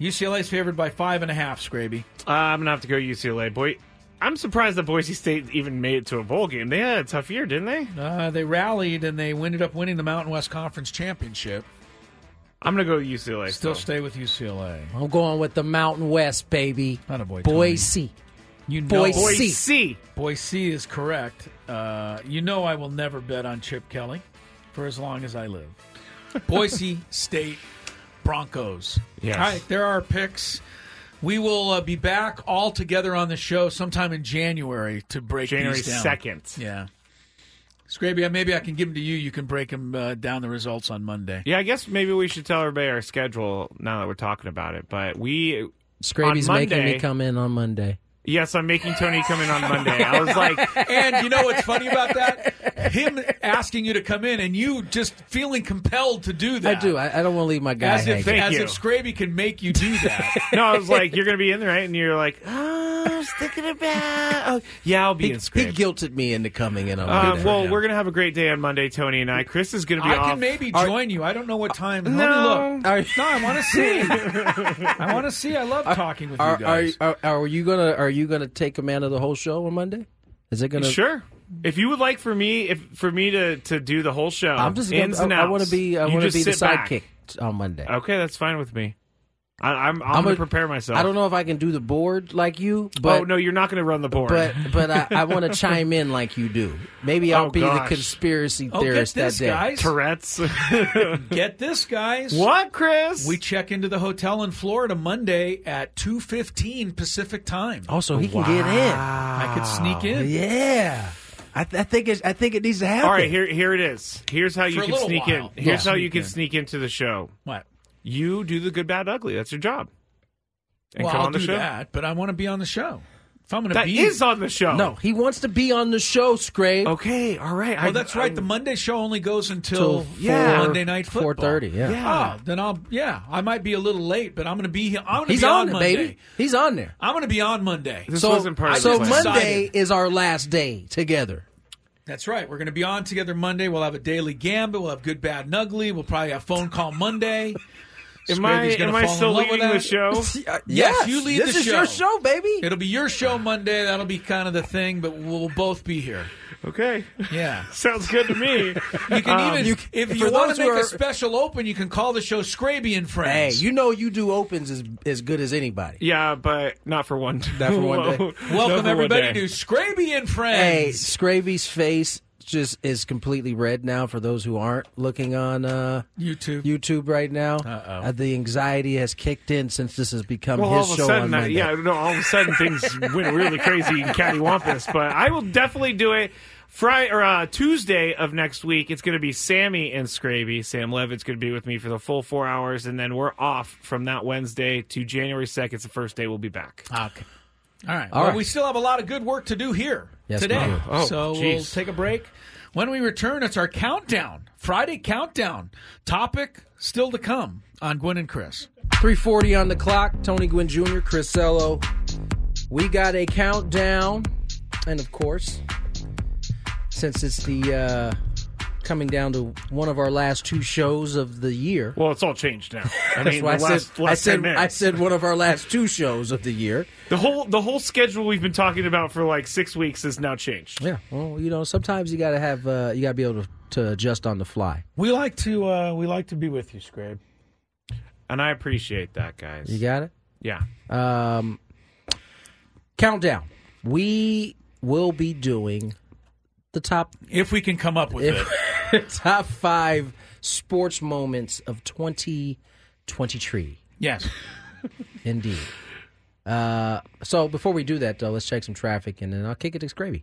Speaker 3: UCLA is favored by five and a half, Scraby.
Speaker 4: Uh, I'm gonna have to go UCLA. Boy, I'm surprised that Boise State even made it to a bowl game. They had a tough year, didn't they?
Speaker 3: Uh, they rallied and they ended up winning the Mountain West Conference Championship.
Speaker 4: I'm gonna go with UCLA.
Speaker 3: Still
Speaker 4: so.
Speaker 3: stay with UCLA.
Speaker 2: I'm going with the Mountain West, baby.
Speaker 3: Not a boy.
Speaker 2: Boise.
Speaker 3: You know,
Speaker 2: Boise.
Speaker 3: Boise is correct. Uh, you know, I will never bet on Chip Kelly for as long as I live. Boise State Broncos.
Speaker 4: Yes.
Speaker 3: All right, there are picks. We will uh, be back all together on the show sometime in January to break
Speaker 4: January
Speaker 3: these down.
Speaker 4: 2nd.
Speaker 3: Yeah. Scraby, maybe I can give them to you. You can break them uh, down the results on Monday.
Speaker 4: Yeah, I guess maybe we should tell everybody our schedule now that we're talking about it. But we
Speaker 2: Scraby's
Speaker 4: on
Speaker 2: making
Speaker 4: Monday-
Speaker 2: me come in on Monday.
Speaker 4: Yes, I'm making Tony come in on Monday. I was like,
Speaker 3: and you know what's funny about that? Him asking you to come in and you just feeling compelled to do
Speaker 2: I
Speaker 3: that.
Speaker 2: do. I, I don't want to leave my guy.
Speaker 3: As if,
Speaker 2: hanging.
Speaker 3: as if Scraby can make you do that.
Speaker 4: no, I was like, you're gonna be in there, right? And you're like, oh, I was thinking about. Oh, yeah, I'll be
Speaker 2: he,
Speaker 4: in
Speaker 2: he
Speaker 4: script.
Speaker 2: guilted me into coming in on
Speaker 4: Uh,
Speaker 2: Monday.
Speaker 4: well, we're gonna have a great day on Monday, Tony and I. Chris is gonna be
Speaker 3: I
Speaker 4: off.
Speaker 3: can maybe
Speaker 4: Are-
Speaker 3: join you. I don't know
Speaker 2: Uh,
Speaker 3: what time.
Speaker 4: No.
Speaker 3: Let me look. No, I want to see. I want to see. I love talking with
Speaker 2: Are,
Speaker 3: you
Speaker 2: are,
Speaker 3: guys.
Speaker 2: are, are you gonna are you gonna take command of the whole show on Monday? Is it gonna
Speaker 4: Sure. If you would like for me, if for me to to do the whole show,
Speaker 2: I'm just
Speaker 4: ins and
Speaker 2: gonna, I,
Speaker 4: outs,
Speaker 2: want to be I
Speaker 4: you
Speaker 2: want to
Speaker 4: just
Speaker 2: be the
Speaker 4: sit back.
Speaker 2: sidekick on Monday.
Speaker 4: Okay, that's fine with me. I, I'm I'm,
Speaker 2: I'm
Speaker 4: gonna
Speaker 2: a-
Speaker 4: prepare myself.
Speaker 2: I don't know if I can do the board like you, but
Speaker 4: oh no, you're not gonna run the board.
Speaker 2: but but I, I want to chime in like you do. Maybe I'll
Speaker 4: Oh,
Speaker 2: be
Speaker 4: gosh.
Speaker 2: the conspiracy
Speaker 3: oh, get
Speaker 2: theorist that
Speaker 3: this,
Speaker 2: day.
Speaker 3: guys.
Speaker 4: Tourette's.
Speaker 3: Get this, guys.
Speaker 4: what, Chris?
Speaker 3: We check into the hotel in Florida Monday at two fifteen Pacific time.
Speaker 4: Oh,
Speaker 2: Also, he can get in.
Speaker 3: I could sneak in.
Speaker 2: Yeah, I, th- I think it's, I think it needs to happen.
Speaker 4: All right, here here it is. Here's how you
Speaker 3: For a
Speaker 4: can
Speaker 3: little
Speaker 4: sneak
Speaker 3: while.
Speaker 4: in. Here's
Speaker 3: Yeah.
Speaker 4: how you
Speaker 3: Sneak
Speaker 4: can
Speaker 3: in.
Speaker 4: sneak into the show.
Speaker 3: What?
Speaker 4: You do the good, bad, ugly. That's your job. And
Speaker 3: well,
Speaker 4: come
Speaker 3: I'll
Speaker 4: on the
Speaker 3: do
Speaker 4: show.
Speaker 3: that, but I want to be on the show. If I'm going to
Speaker 4: That
Speaker 3: be
Speaker 4: is on the show.
Speaker 2: No, he wants to be on the show, Scrape.
Speaker 4: Okay. All right.
Speaker 3: Oh, that's right. the Monday show only goes until
Speaker 2: Till
Speaker 4: Yeah.
Speaker 2: four-
Speaker 3: Monday night football.
Speaker 2: 4:30, yeah.
Speaker 4: Yeah.
Speaker 3: Oh, then I'll yeah. I might be a little late, but I'm going to be here. I'm going to
Speaker 2: He's
Speaker 3: be on,
Speaker 2: on, it,
Speaker 3: Monday.
Speaker 2: baby. He's on there.
Speaker 3: I'm going to be on Monday.
Speaker 4: This
Speaker 2: so
Speaker 4: wasn't part of
Speaker 2: so
Speaker 4: the plan.
Speaker 2: Monday is our last day together.
Speaker 3: That's right. We're going to be on together Monday. We'll have a daily gambit. We'll have good, bad, and ugly. We'll probably have phone call Monday.
Speaker 4: Am I,
Speaker 3: Scrappy's gonna
Speaker 4: am I
Speaker 3: fall in
Speaker 4: still
Speaker 3: love with
Speaker 4: leading the
Speaker 3: that.
Speaker 4: show?
Speaker 2: uh,
Speaker 3: Yes, you lead the show.
Speaker 2: baby.
Speaker 3: It'll be your show Monday. That'll be kind of the thing, but we'll both be here.
Speaker 4: Okay.
Speaker 3: Yeah.
Speaker 4: Sounds good to me.
Speaker 3: You can
Speaker 4: Um,
Speaker 3: even if
Speaker 2: for
Speaker 3: you want
Speaker 2: those
Speaker 3: to
Speaker 2: who
Speaker 3: make
Speaker 2: are-
Speaker 3: a special open, you can call the show Scraby and
Speaker 2: Hey,
Speaker 3: Friends.
Speaker 2: you know you do opens as as good as anybody.
Speaker 4: Yeah, but not for one.
Speaker 2: Not for one day.
Speaker 4: Whoa.
Speaker 2: Welcome,
Speaker 4: Not for one
Speaker 2: everybody,
Speaker 4: day.
Speaker 3: to Scraby and
Speaker 2: Hey,
Speaker 3: Friends.
Speaker 2: Scravy's face just is completely red now for those who aren't looking on uh,
Speaker 3: YouTube
Speaker 2: YouTube right now. Uh, the anxiety has kicked in since this has become
Speaker 4: well,
Speaker 2: his
Speaker 4: all of
Speaker 2: show
Speaker 4: a
Speaker 2: on
Speaker 4: sudden, I,
Speaker 2: Monday.
Speaker 4: yeah, no, all of a sudden things went really crazy in cattywampus. But I will definitely do it. Friday or uh, Tuesday of next week, it's going to be Sammy and Scraby. Sam Levitt's going to be with me for the full four hours, and then we're off from that Wednesday to January second. It's the first day we'll be back.
Speaker 3: Okay. All right.
Speaker 4: All
Speaker 3: well,
Speaker 4: right.
Speaker 3: we still have a lot of good work to do here
Speaker 4: Yes, we
Speaker 3: today.
Speaker 4: do. Oh,
Speaker 3: so we'll
Speaker 4: geez.
Speaker 3: take a break. When we return, it's our countdown, Friday countdown. Topic still to come on Gwen and Chris.
Speaker 2: 340 on the clock. Tony Gwynn Jr., Chris Sello. We got a countdown. And of course, since it's the uh, coming down to one of our last two shows of the year.
Speaker 4: Well, it's all changed now. I
Speaker 2: That's
Speaker 4: mean,
Speaker 2: why I
Speaker 4: the
Speaker 2: said,
Speaker 4: last- last
Speaker 2: I,
Speaker 4: 10
Speaker 2: said
Speaker 4: minutes.
Speaker 2: I said one of our last two shows of the year.
Speaker 4: The whole the whole schedule we've been talking about for like six weeks has now changed.
Speaker 2: Yeah, well, you know, sometimes you gotta have uh, you gotta be able to, to adjust on the fly.
Speaker 4: We like to uh, we like to be with you, Scrabe, and I appreciate that, guys.
Speaker 2: You got it.
Speaker 4: Yeah.
Speaker 2: Um, countdown. We will be doing the top
Speaker 3: if we can come up with
Speaker 2: it. top five sports moments of 2023.
Speaker 3: Yes.
Speaker 2: Indeed. Uh, so before we do that, though, let's check some traffic and then I'll kick it to Scraby.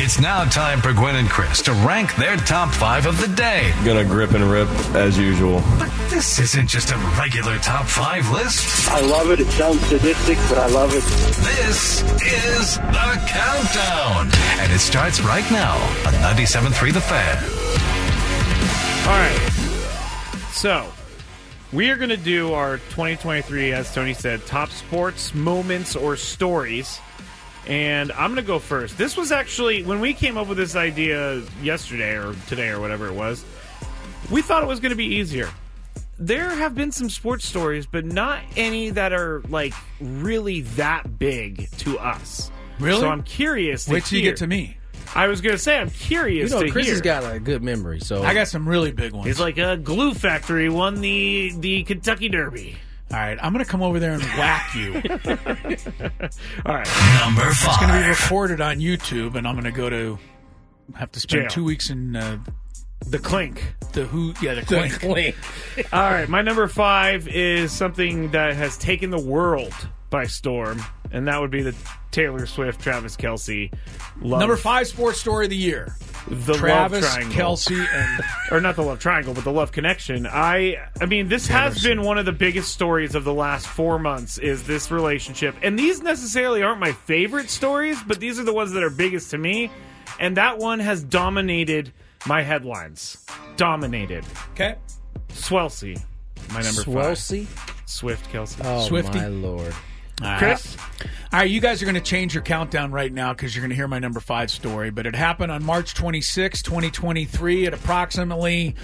Speaker 1: It's now time for Gwen and Chris to rank their top five of the day.
Speaker 10: Gonna grip and rip as usual.
Speaker 1: But this isn't just a regular top five list.
Speaker 10: I love it. It sounds sadistic, but I love it.
Speaker 1: This is the countdown, and it starts right now on 97.3 The Fan.
Speaker 4: All right. So, we are going to do our 2023, as Tony said, top sports moments or stories. And I'm going to go first. This was actually, when we came up with this idea yesterday or today or whatever it was, we thought it was going to be easier. There have been some sports stories, but not any that are like really that big to us.
Speaker 3: Really?
Speaker 4: So I'm curious. To
Speaker 3: Wait till you
Speaker 4: hear-
Speaker 3: get to me.
Speaker 4: I was going to say I'm
Speaker 2: You
Speaker 4: curious.
Speaker 2: know,
Speaker 4: to
Speaker 2: Chris
Speaker 4: hear.
Speaker 2: has got a good memory, so
Speaker 4: I got
Speaker 3: some really big ones.
Speaker 4: It's like a glue factory won the the Kentucky Derby.
Speaker 3: All right, I'm going to come over there and whack you. All right.
Speaker 1: Number
Speaker 3: It's going to be
Speaker 1: five.
Speaker 3: recorded on YouTube, and I'm going to go to have to spend
Speaker 4: Jail.
Speaker 3: two weeks in uh,
Speaker 4: the clink.
Speaker 3: The who? Yeah, the clink.
Speaker 4: All right, my number five is something that has taken the world by storm, and that would be the Taylor Swift, Travis Kelsey. Love.
Speaker 3: Number five sports story of the year.
Speaker 4: the
Speaker 3: Travis,
Speaker 4: love triangle.
Speaker 3: Kelsey, and
Speaker 4: or not the love triangle, but the love connection. I I mean, this has been one of the biggest stories of the last four months is this relationship. And these necessarily aren't my favorite stories, but these are the ones that are biggest to me. And that one has dominated my headlines. Dominated.
Speaker 3: Okay.
Speaker 4: Swelsey. My number
Speaker 3: Swelsey?
Speaker 4: five. Swift Kelsey.
Speaker 3: Swifty.
Speaker 2: Oh, lord.
Speaker 4: Chris?
Speaker 3: All right, you guys are going to change your countdown right now because you're going to hear my number five story. But it happened on March 26, 2023, at approximately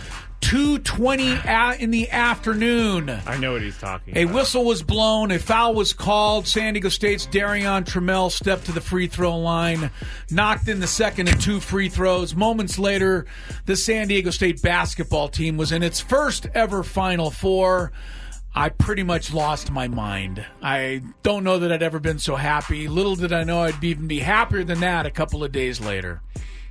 Speaker 3: 2:20 a- in the afternoon.
Speaker 4: I know what he's talking
Speaker 3: A
Speaker 4: about.
Speaker 3: whistle was blown. A foul was called. San Diego State's Darion Trammell stepped to the free throw line, knocked in the second and two free throws. Moments later, the San Diego State basketball team was in its first ever Final Four. I pretty much lost my mind. I don't know that I'd ever been so happy. Little did I know I'd be- even be happier than that a couple of days later.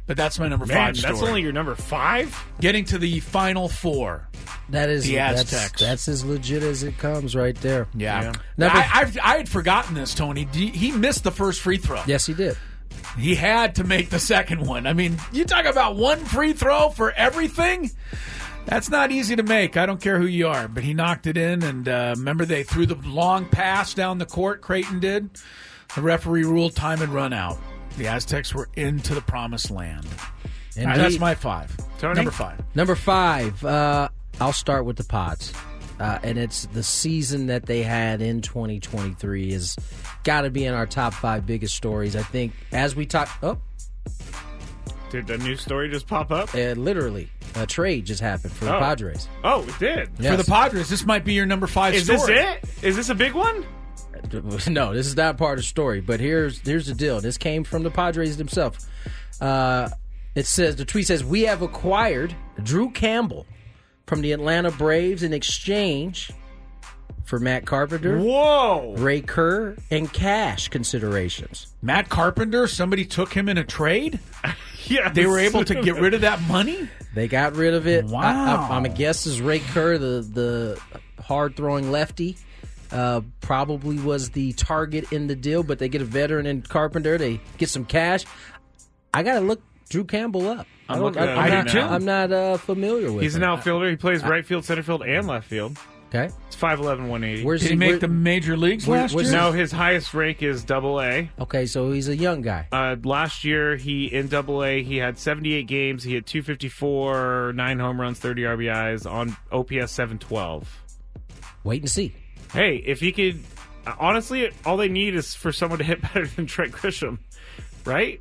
Speaker 3: But that's my number
Speaker 4: Man,
Speaker 3: five story.
Speaker 4: that's only your number five?
Speaker 3: Getting to the Final Four.
Speaker 2: That is
Speaker 3: the Aztecs.
Speaker 2: That's, that's as legit as it comes, right there.
Speaker 3: Yeah.
Speaker 2: Number
Speaker 3: I, I've, I had forgotten this, Tony. D- He missed the first free throw.
Speaker 2: Yes, he did.
Speaker 3: He had to make the second one. I mean, you talk about one free throw for everything? That's not easy to make. I don't care who you are, but he knocked it in. And uh, remember, they threw the long pass down the court, Creighton did. The referee ruled time and run out. The Aztecs were into the promised land. And
Speaker 2: Indeed.
Speaker 3: that's my five.
Speaker 4: Tony?
Speaker 3: Number five.
Speaker 2: Number five, uh, I'll start with the pods. Uh, and it's the season that they had in 2023 is got to be in our top five biggest stories. I think as we talk, oh,
Speaker 4: Did the new story just pop up?
Speaker 2: uh, literally, a trade just happened for the
Speaker 4: Oh.
Speaker 2: Padres.
Speaker 4: Oh, it did.
Speaker 2: Yes.
Speaker 3: For the Padres, this might be your number five
Speaker 4: Is
Speaker 3: story.
Speaker 4: this it? Is this a big one?
Speaker 2: no, this is not part of the story. But here's here's the deal. This came from the Padres themselves. Uh, it says the tweet says we have acquired Drew Campbell from the Atlanta Braves in exchange for Matt Carpenter,
Speaker 4: whoa,
Speaker 2: Ray Kerr, and cash considerations.
Speaker 3: Matt Carpenter, somebody took him in a trade?
Speaker 4: yeah.
Speaker 3: They were able to get rid of that money?
Speaker 2: They got rid of it.
Speaker 3: Wow.
Speaker 2: I, am a guess is Ray Kerr, the the hard throwing lefty, uh, probably was the target in the deal. But they get a veteran in Carpenter. They get some cash. I gotta look Drew Campbell up. I
Speaker 4: I'm
Speaker 2: don't-
Speaker 4: looking at
Speaker 2: I'm
Speaker 4: him
Speaker 2: not,
Speaker 4: right now.
Speaker 2: I'm not uh, familiar with.
Speaker 4: He's an
Speaker 2: him.
Speaker 4: outfielder. He plays right field, center field, and left field.
Speaker 2: Okay.
Speaker 4: It's 5'11", 180.
Speaker 2: Where's
Speaker 3: Did he
Speaker 2: where-
Speaker 3: make the major leagues
Speaker 2: where-
Speaker 3: last
Speaker 2: where's
Speaker 3: year?
Speaker 2: he-
Speaker 4: No, his highest rank is double A.
Speaker 2: Okay, so he's a young guy.
Speaker 4: Uh, last year, he in double A, he had 78 games. He had 254, nine home runs, 30 RBIs on OPS 712.
Speaker 2: Wait and see.
Speaker 4: Hey, if he could, honestly, all they need is for someone to hit better than Trent Grisham, right?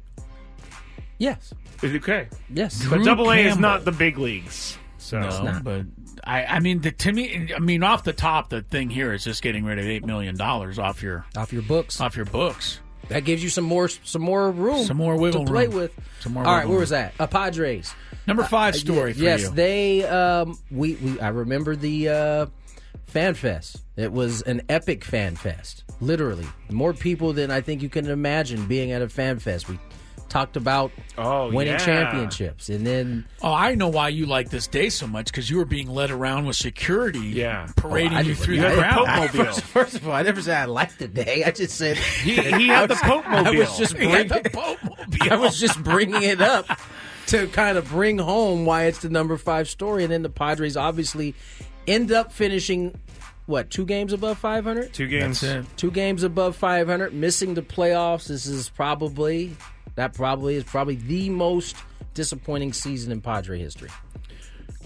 Speaker 2: Yes.
Speaker 4: Okay.
Speaker 2: Yes.
Speaker 4: But
Speaker 3: Drew
Speaker 4: double A is
Speaker 3: Campbell.
Speaker 4: not the big leagues. So
Speaker 3: No, but I, I mean, the, to me, I mean, off the top, the thing here is just getting rid of eight million dollars off your
Speaker 2: Off your books.
Speaker 3: off your books.
Speaker 2: That gives you some more some more room,
Speaker 3: Some more wiggle
Speaker 2: to play
Speaker 3: room.
Speaker 2: with.
Speaker 3: Some more
Speaker 2: All right,
Speaker 3: wiggle
Speaker 2: where
Speaker 3: room.
Speaker 2: was that? Uh, Padres.
Speaker 3: Number five story
Speaker 2: Ye-
Speaker 3: for
Speaker 2: Uh, yes,
Speaker 3: you.
Speaker 2: they. Um, we, we I remember the uh, fan fest. It was an epic fan fest. Literally, more people than I think you can imagine being at a fan fest. We talked about
Speaker 4: Oh,
Speaker 2: winning
Speaker 4: yeah.
Speaker 2: championships, and then
Speaker 3: oh, I know why you like this day so much because you were being led around with security,
Speaker 4: Yeah.
Speaker 3: parading
Speaker 2: Oh, I
Speaker 3: you
Speaker 2: didn't-
Speaker 3: through
Speaker 2: I
Speaker 3: the
Speaker 2: didn't-
Speaker 3: crowd.
Speaker 2: I- first, first of all, I never said I liked the day. I just said he,
Speaker 4: he had the Pope
Speaker 2: I was
Speaker 4: mobile.
Speaker 2: just
Speaker 4: He
Speaker 2: bringing,
Speaker 4: had
Speaker 2: I was just bringing it up to kind of bring home why it's the number five story, and then the Padres obviously end up finishing what two games above five hundred.
Speaker 4: two games.
Speaker 2: Two games above 500, missing the playoffs. This is probably that probably is probably the most disappointing season in Padre history.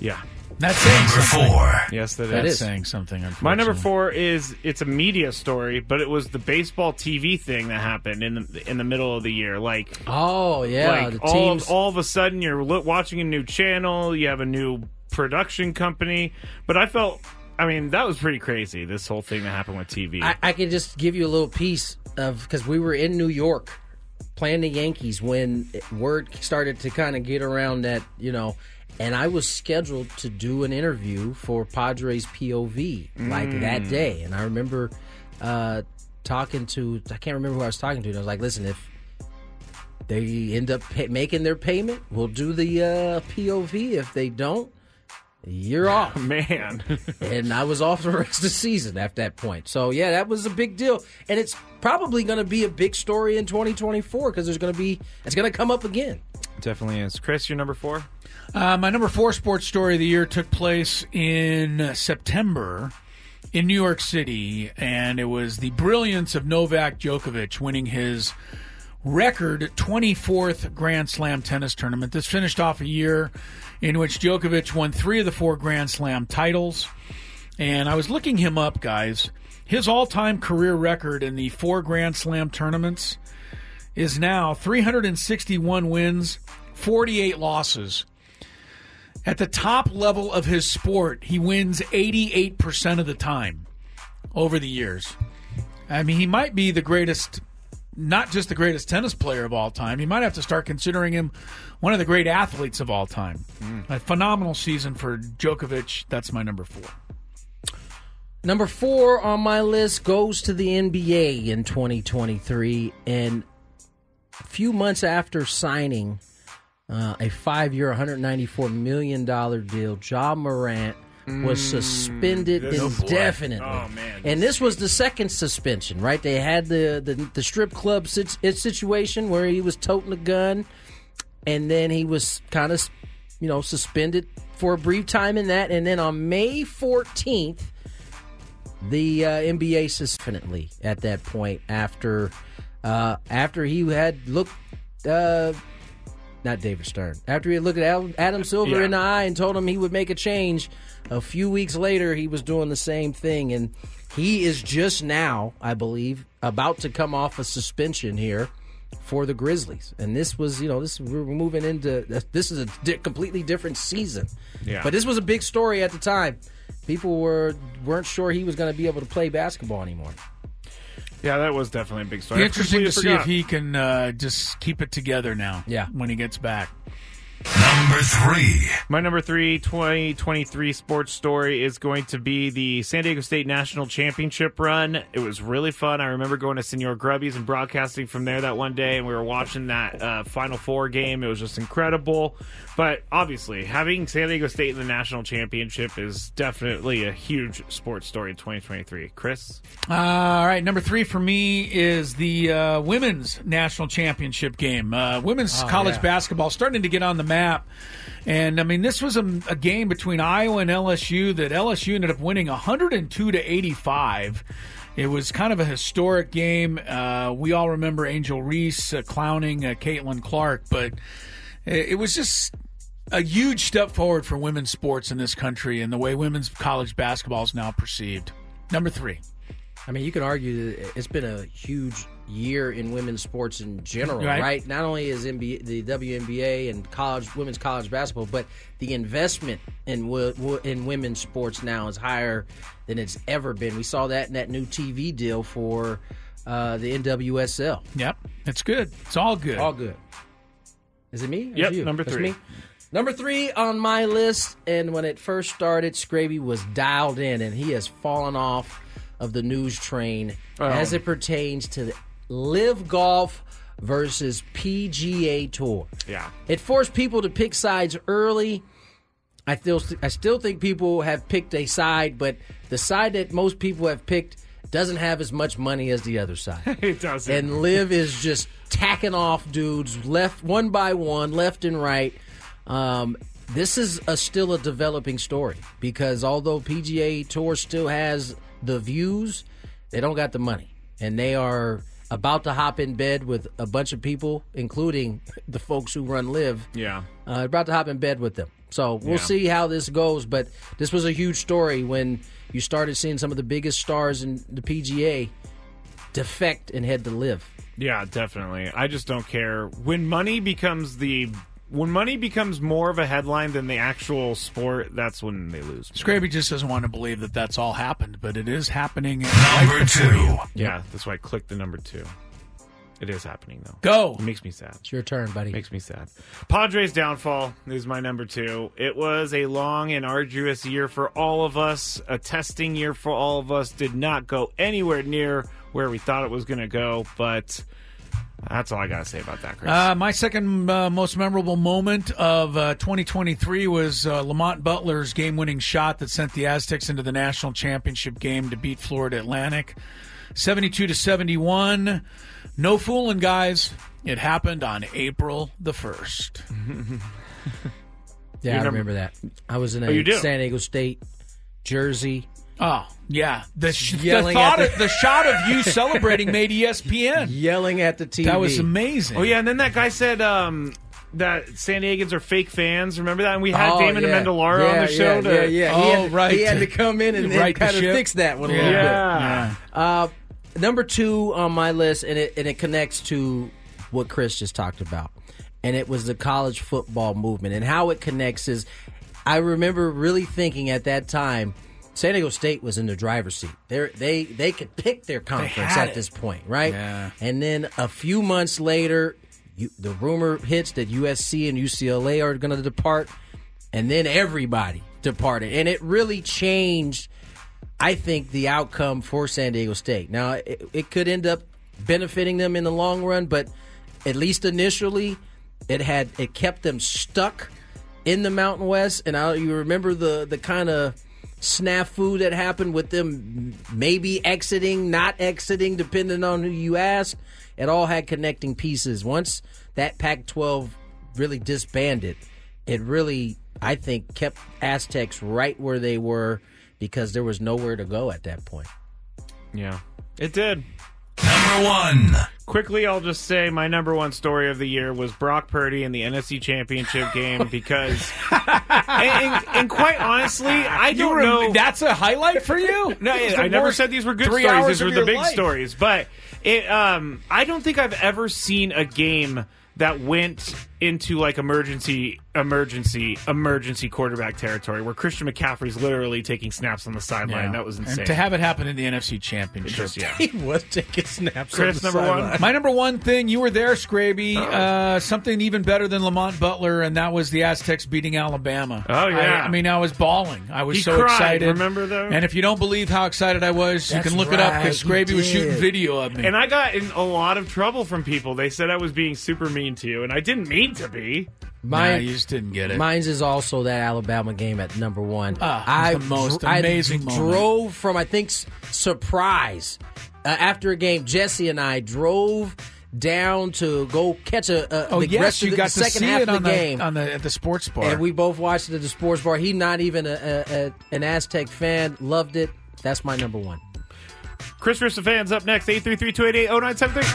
Speaker 4: Yeah.
Speaker 3: That's saying something.
Speaker 4: Yes, that is.
Speaker 2: That
Speaker 3: That's
Speaker 2: is.
Speaker 3: saying something. Unfortunately.
Speaker 4: My number four is it's a media story, but it was the baseball TV thing that happened in the in the middle of the year. Like,
Speaker 2: Oh yeah,
Speaker 4: like
Speaker 2: the
Speaker 4: all
Speaker 2: teams.
Speaker 4: of, all of a sudden you're lo- watching a new channel, you have a new production company. But I felt, I mean, that was pretty crazy. This whole thing that happened with TV.
Speaker 2: I, I can just give you a little piece of because we were in New York playing the Yankees when word started to kind of get around that you know and I was scheduled to do an interview for Padres POV like
Speaker 11: Mm.
Speaker 2: that day. And I remember uh, talking to I can't remember who I was talking to. And I was like, listen, if they end up pay- making their payment, we'll do the uh, POV. If they don't, you're off,
Speaker 4: man.
Speaker 2: and I was off the rest of the season at that point. So yeah, that was a big deal, and it's probably going to be a big story in 2024 because there's going to be it's going to come up again.
Speaker 4: Definitely is. Chris, your number four?
Speaker 3: Uh, my number four sports story of the year took place in uh, September in New York City, and it was the brilliance of Novak Djokovic winning his record 24th Grand Slam tennis tournament. This finished off a year in which Djokovic won three of the four Grand Slam titles. And I was looking him up, guys. His all time career record in the four Grand Slam tournaments is now 361 wins, 48 losses. At the top level of his sport, he wins 88% of the time over the years. I mean, he might be the greatest, not just the greatest tennis player of all time. You might have to start considering him one of the great athletes of all time. A phenomenal season for Djokovic. That's my number four.
Speaker 2: Number four on my list goes to the NBA in 2023. And a few months after signing uh, a five year, $194 million deal, Ja Morant was suspended
Speaker 11: this- Oh, Mm, boy.
Speaker 2: indefinitely.
Speaker 11: Oh, man.
Speaker 2: And this was the second suspension, right? They had the, the, the strip club sit- it situation where he was toting a gun and then he was kind of you know suspended for a brief time in that and then on may 14th the uh, nba suspendedly at that point after uh, after he had looked uh, not david stern after he had looked at Al- adam silver
Speaker 11: Yeah.
Speaker 2: in the eye and told him he would make a change a few weeks later he was doing the same thing and he is just now i believe about to come off a suspension here for the Grizzlies. And this was, you know, this we're moving into this is a di- completely different season.
Speaker 11: Yeah.
Speaker 2: But this was a big story at the time. People were weren't sure he was going to be able to play basketball anymore.
Speaker 4: Yeah, that was definitely a big story.
Speaker 3: Be
Speaker 4: I
Speaker 3: interesting to
Speaker 4: completely
Speaker 3: see if
Speaker 4: forgot.
Speaker 3: he can uh, just keep it together now. Yeah, when he gets back.
Speaker 1: Number three.
Speaker 4: My number three 2023 sports story is going to be the San Diego State National Championship run. It was really fun. I remember going to Senor Grubby's and broadcasting from there that one day, and we were watching that uh, Final Four game. It was just incredible. But obviously, having San Diego State in the national championship is definitely a huge sports story in 2023. Chris?
Speaker 3: All right, number three for me is the uh, women's national championship game. Uh, women's
Speaker 11: Oh,
Speaker 3: college
Speaker 11: yeah.
Speaker 3: basketball starting to get on the map, and I mean this was a, a game between Iowa and LSU that LSU ended up winning 102 to 85. It was kind of a historic game. Uh, we all remember Angel Reese uh, clowning uh, Caitlin Clark, but it, it was just a huge step forward for women's sports in this country and the way women's college basketball is now perceived. Number three.
Speaker 2: I mean, you can argue that it's been a huge year in women's sports in general,
Speaker 3: Right.
Speaker 2: right? Not only is NBA, the WNBA and college women's college basketball, but the investment in wo- wo- in women's sports now is higher than it's ever been. We saw that in that new TV deal for uh, the NWSL.
Speaker 3: Yep, it's good. It's all good.
Speaker 2: All good. Is it me? Or is
Speaker 3: Yep,
Speaker 2: it you?
Speaker 3: number
Speaker 2: That's
Speaker 3: three.
Speaker 2: me? Number three on my list, and when it first started, Scraby was dialed in, and he has fallen off of the news train
Speaker 11: Oh.
Speaker 2: as it pertains to the live golf versus PGA Tour.
Speaker 4: Yeah.
Speaker 2: It forced people to pick sides early. I still, I still think people have picked a side, but the side that most people have picked doesn't have as much money as the other side.
Speaker 4: it doesn't.
Speaker 2: And Liv is just tacking off dudes left one by one, left and right. Um, this is a, still a developing story because although PGA Tour still has the views, they don't got the money, and they are about to hop in bed with a bunch of people, including the folks who run Live
Speaker 4: Yeah.
Speaker 2: uh, about to hop in bed with them. So we'll
Speaker 4: Yeah.
Speaker 2: see how this goes. But this was a huge story when you started seeing some of the biggest stars in the PGA defect and head to live.
Speaker 4: Yeah, definitely. I just don't care when money becomes the when money becomes more of a headline than the actual sport. That's when they lose.
Speaker 3: Scraby just doesn't want to believe that that's all happened, but it is happening.
Speaker 1: Number two.
Speaker 4: Yeah, that's why I clicked the number two. It is happening though.
Speaker 3: Go.
Speaker 4: It makes me sad. It's
Speaker 2: your turn, buddy.
Speaker 4: Makes me sad. Padres downfall is my number two. It was a long and arduous year for all of us. A testing year for all of us. Did not go anywhere near where we thought it was going to go. But that's all I got to say about that. Chris.
Speaker 3: Uh, my second uh, most memorable moment of uh, 2023 was uh, Lamont Butler's game winning shot that sent the Aztecs into the national championship game to beat Florida Atlantic 72 to 71. No fooling, guys. It happened on April the 1st.
Speaker 2: Yeah,
Speaker 3: Your
Speaker 2: I
Speaker 3: number-
Speaker 2: remember that. I was in
Speaker 3: Oh, you
Speaker 2: a
Speaker 3: do?
Speaker 2: San Diego State jersey.
Speaker 3: oh, yeah. The, sh- the
Speaker 2: Yelling at
Speaker 3: thought
Speaker 2: the-
Speaker 3: of the shot of you celebrating made E ESPN.
Speaker 2: Yelling at the TV.
Speaker 3: That was amazing.
Speaker 4: Oh yeah, and then that guy said um, that San Diegans are fake fans. Remember that? And we had Damon
Speaker 2: Oh, yeah.
Speaker 4: Amendolara on
Speaker 2: Yeah,
Speaker 4: the show.
Speaker 2: Yeah,
Speaker 4: to,
Speaker 2: yeah, yeah.
Speaker 4: Oh,
Speaker 2: he had,
Speaker 4: right.
Speaker 2: He had to come in and, and
Speaker 4: Right the
Speaker 2: kind of
Speaker 4: ship.
Speaker 2: fix that one a
Speaker 4: Yeah.
Speaker 2: little bit.
Speaker 4: Yeah.
Speaker 2: Uh, number two on my list, and it and it connects to what Chris just talked about, and it was the college football movement and how it connects is. I remember really thinking at that time, San Diego State was in the driver's seat. They they they could pick their conference
Speaker 3: had
Speaker 2: at
Speaker 3: it.
Speaker 2: this point, right? And then a few months later, you, the rumor hits that USC and UCLA are going to depart, and then everybody departed, and it really changed. I think the outcome for San Diego State. Now, it, it could end up benefiting them in the long run, but at least initially, it had it kept them stuck in the Mountain West. And I, you remember the the kind of snafu that happened with them, maybe exiting, not exiting, depending on who you ask. It all had connecting pieces. Once that Pac-12 really disbanded, it really, I think, kept Aztecs right where they were because there was nowhere to go at that point.
Speaker 4: Yeah. It did.
Speaker 1: Number one.
Speaker 4: Quickly, I'll just say my number one story of the year was Brock Purdy in the NFC Championship game because, and, and, and quite honestly, I
Speaker 3: You
Speaker 4: don't
Speaker 3: rem-
Speaker 4: know.
Speaker 3: That's a highlight for you?
Speaker 4: No,
Speaker 3: That was the
Speaker 4: I never
Speaker 3: worst
Speaker 4: said these were good
Speaker 3: three
Speaker 4: stories.
Speaker 3: hours
Speaker 4: These
Speaker 3: of
Speaker 4: were the
Speaker 3: your
Speaker 4: big
Speaker 3: life.
Speaker 4: stories. But it, um, I don't think I've ever seen a game that went into like emergency, emergency, emergency quarterback territory where Christian McCaffrey's literally taking snaps on the sideline.
Speaker 3: Yeah.
Speaker 4: That was
Speaker 3: And
Speaker 4: insane.
Speaker 3: to have it happen in the NFC Championship.
Speaker 2: He was taking snaps.
Speaker 4: Chris,
Speaker 2: on the
Speaker 4: number one.
Speaker 2: sideline.
Speaker 3: My number one thing, you were there, Scraby.
Speaker 4: Uh-huh.
Speaker 3: Uh, something even better than Lamont Butler, and that was the Aztecs beating Alabama.
Speaker 4: Oh, yeah.
Speaker 3: I, I mean, I was bawling. I was
Speaker 4: He
Speaker 3: so
Speaker 4: cried,
Speaker 3: excited.
Speaker 4: remember, though?
Speaker 3: And if you don't believe how excited I was,
Speaker 4: That's
Speaker 3: you can look it up because
Speaker 4: right, he
Speaker 3: Scraby was shooting
Speaker 4: did.
Speaker 3: video of me.
Speaker 4: And I got in a lot of trouble from people. They said I was being super mean to you, and I didn't mean to be.
Speaker 2: Mine-
Speaker 3: you just didn't get it.
Speaker 2: Mine's is also that Alabama game at number one.
Speaker 3: Ah,
Speaker 2: I
Speaker 3: the most
Speaker 2: dr- I
Speaker 3: amazing moment.
Speaker 2: drove from I think s- surprise uh, after a game. Jesse and I drove down to go catch a, a
Speaker 3: oh
Speaker 2: the
Speaker 3: yes,
Speaker 2: rest
Speaker 3: you
Speaker 2: of the,
Speaker 3: got
Speaker 2: the second
Speaker 3: to see
Speaker 2: half
Speaker 3: it
Speaker 2: of
Speaker 3: on
Speaker 2: the game.
Speaker 3: on the at the sports bar.
Speaker 2: And we both watched it at the sports bar. He not even a, a, a, an Aztec fan. Loved it. That's my number one.
Speaker 4: Chris Rissa fans up next, 833-288-0973.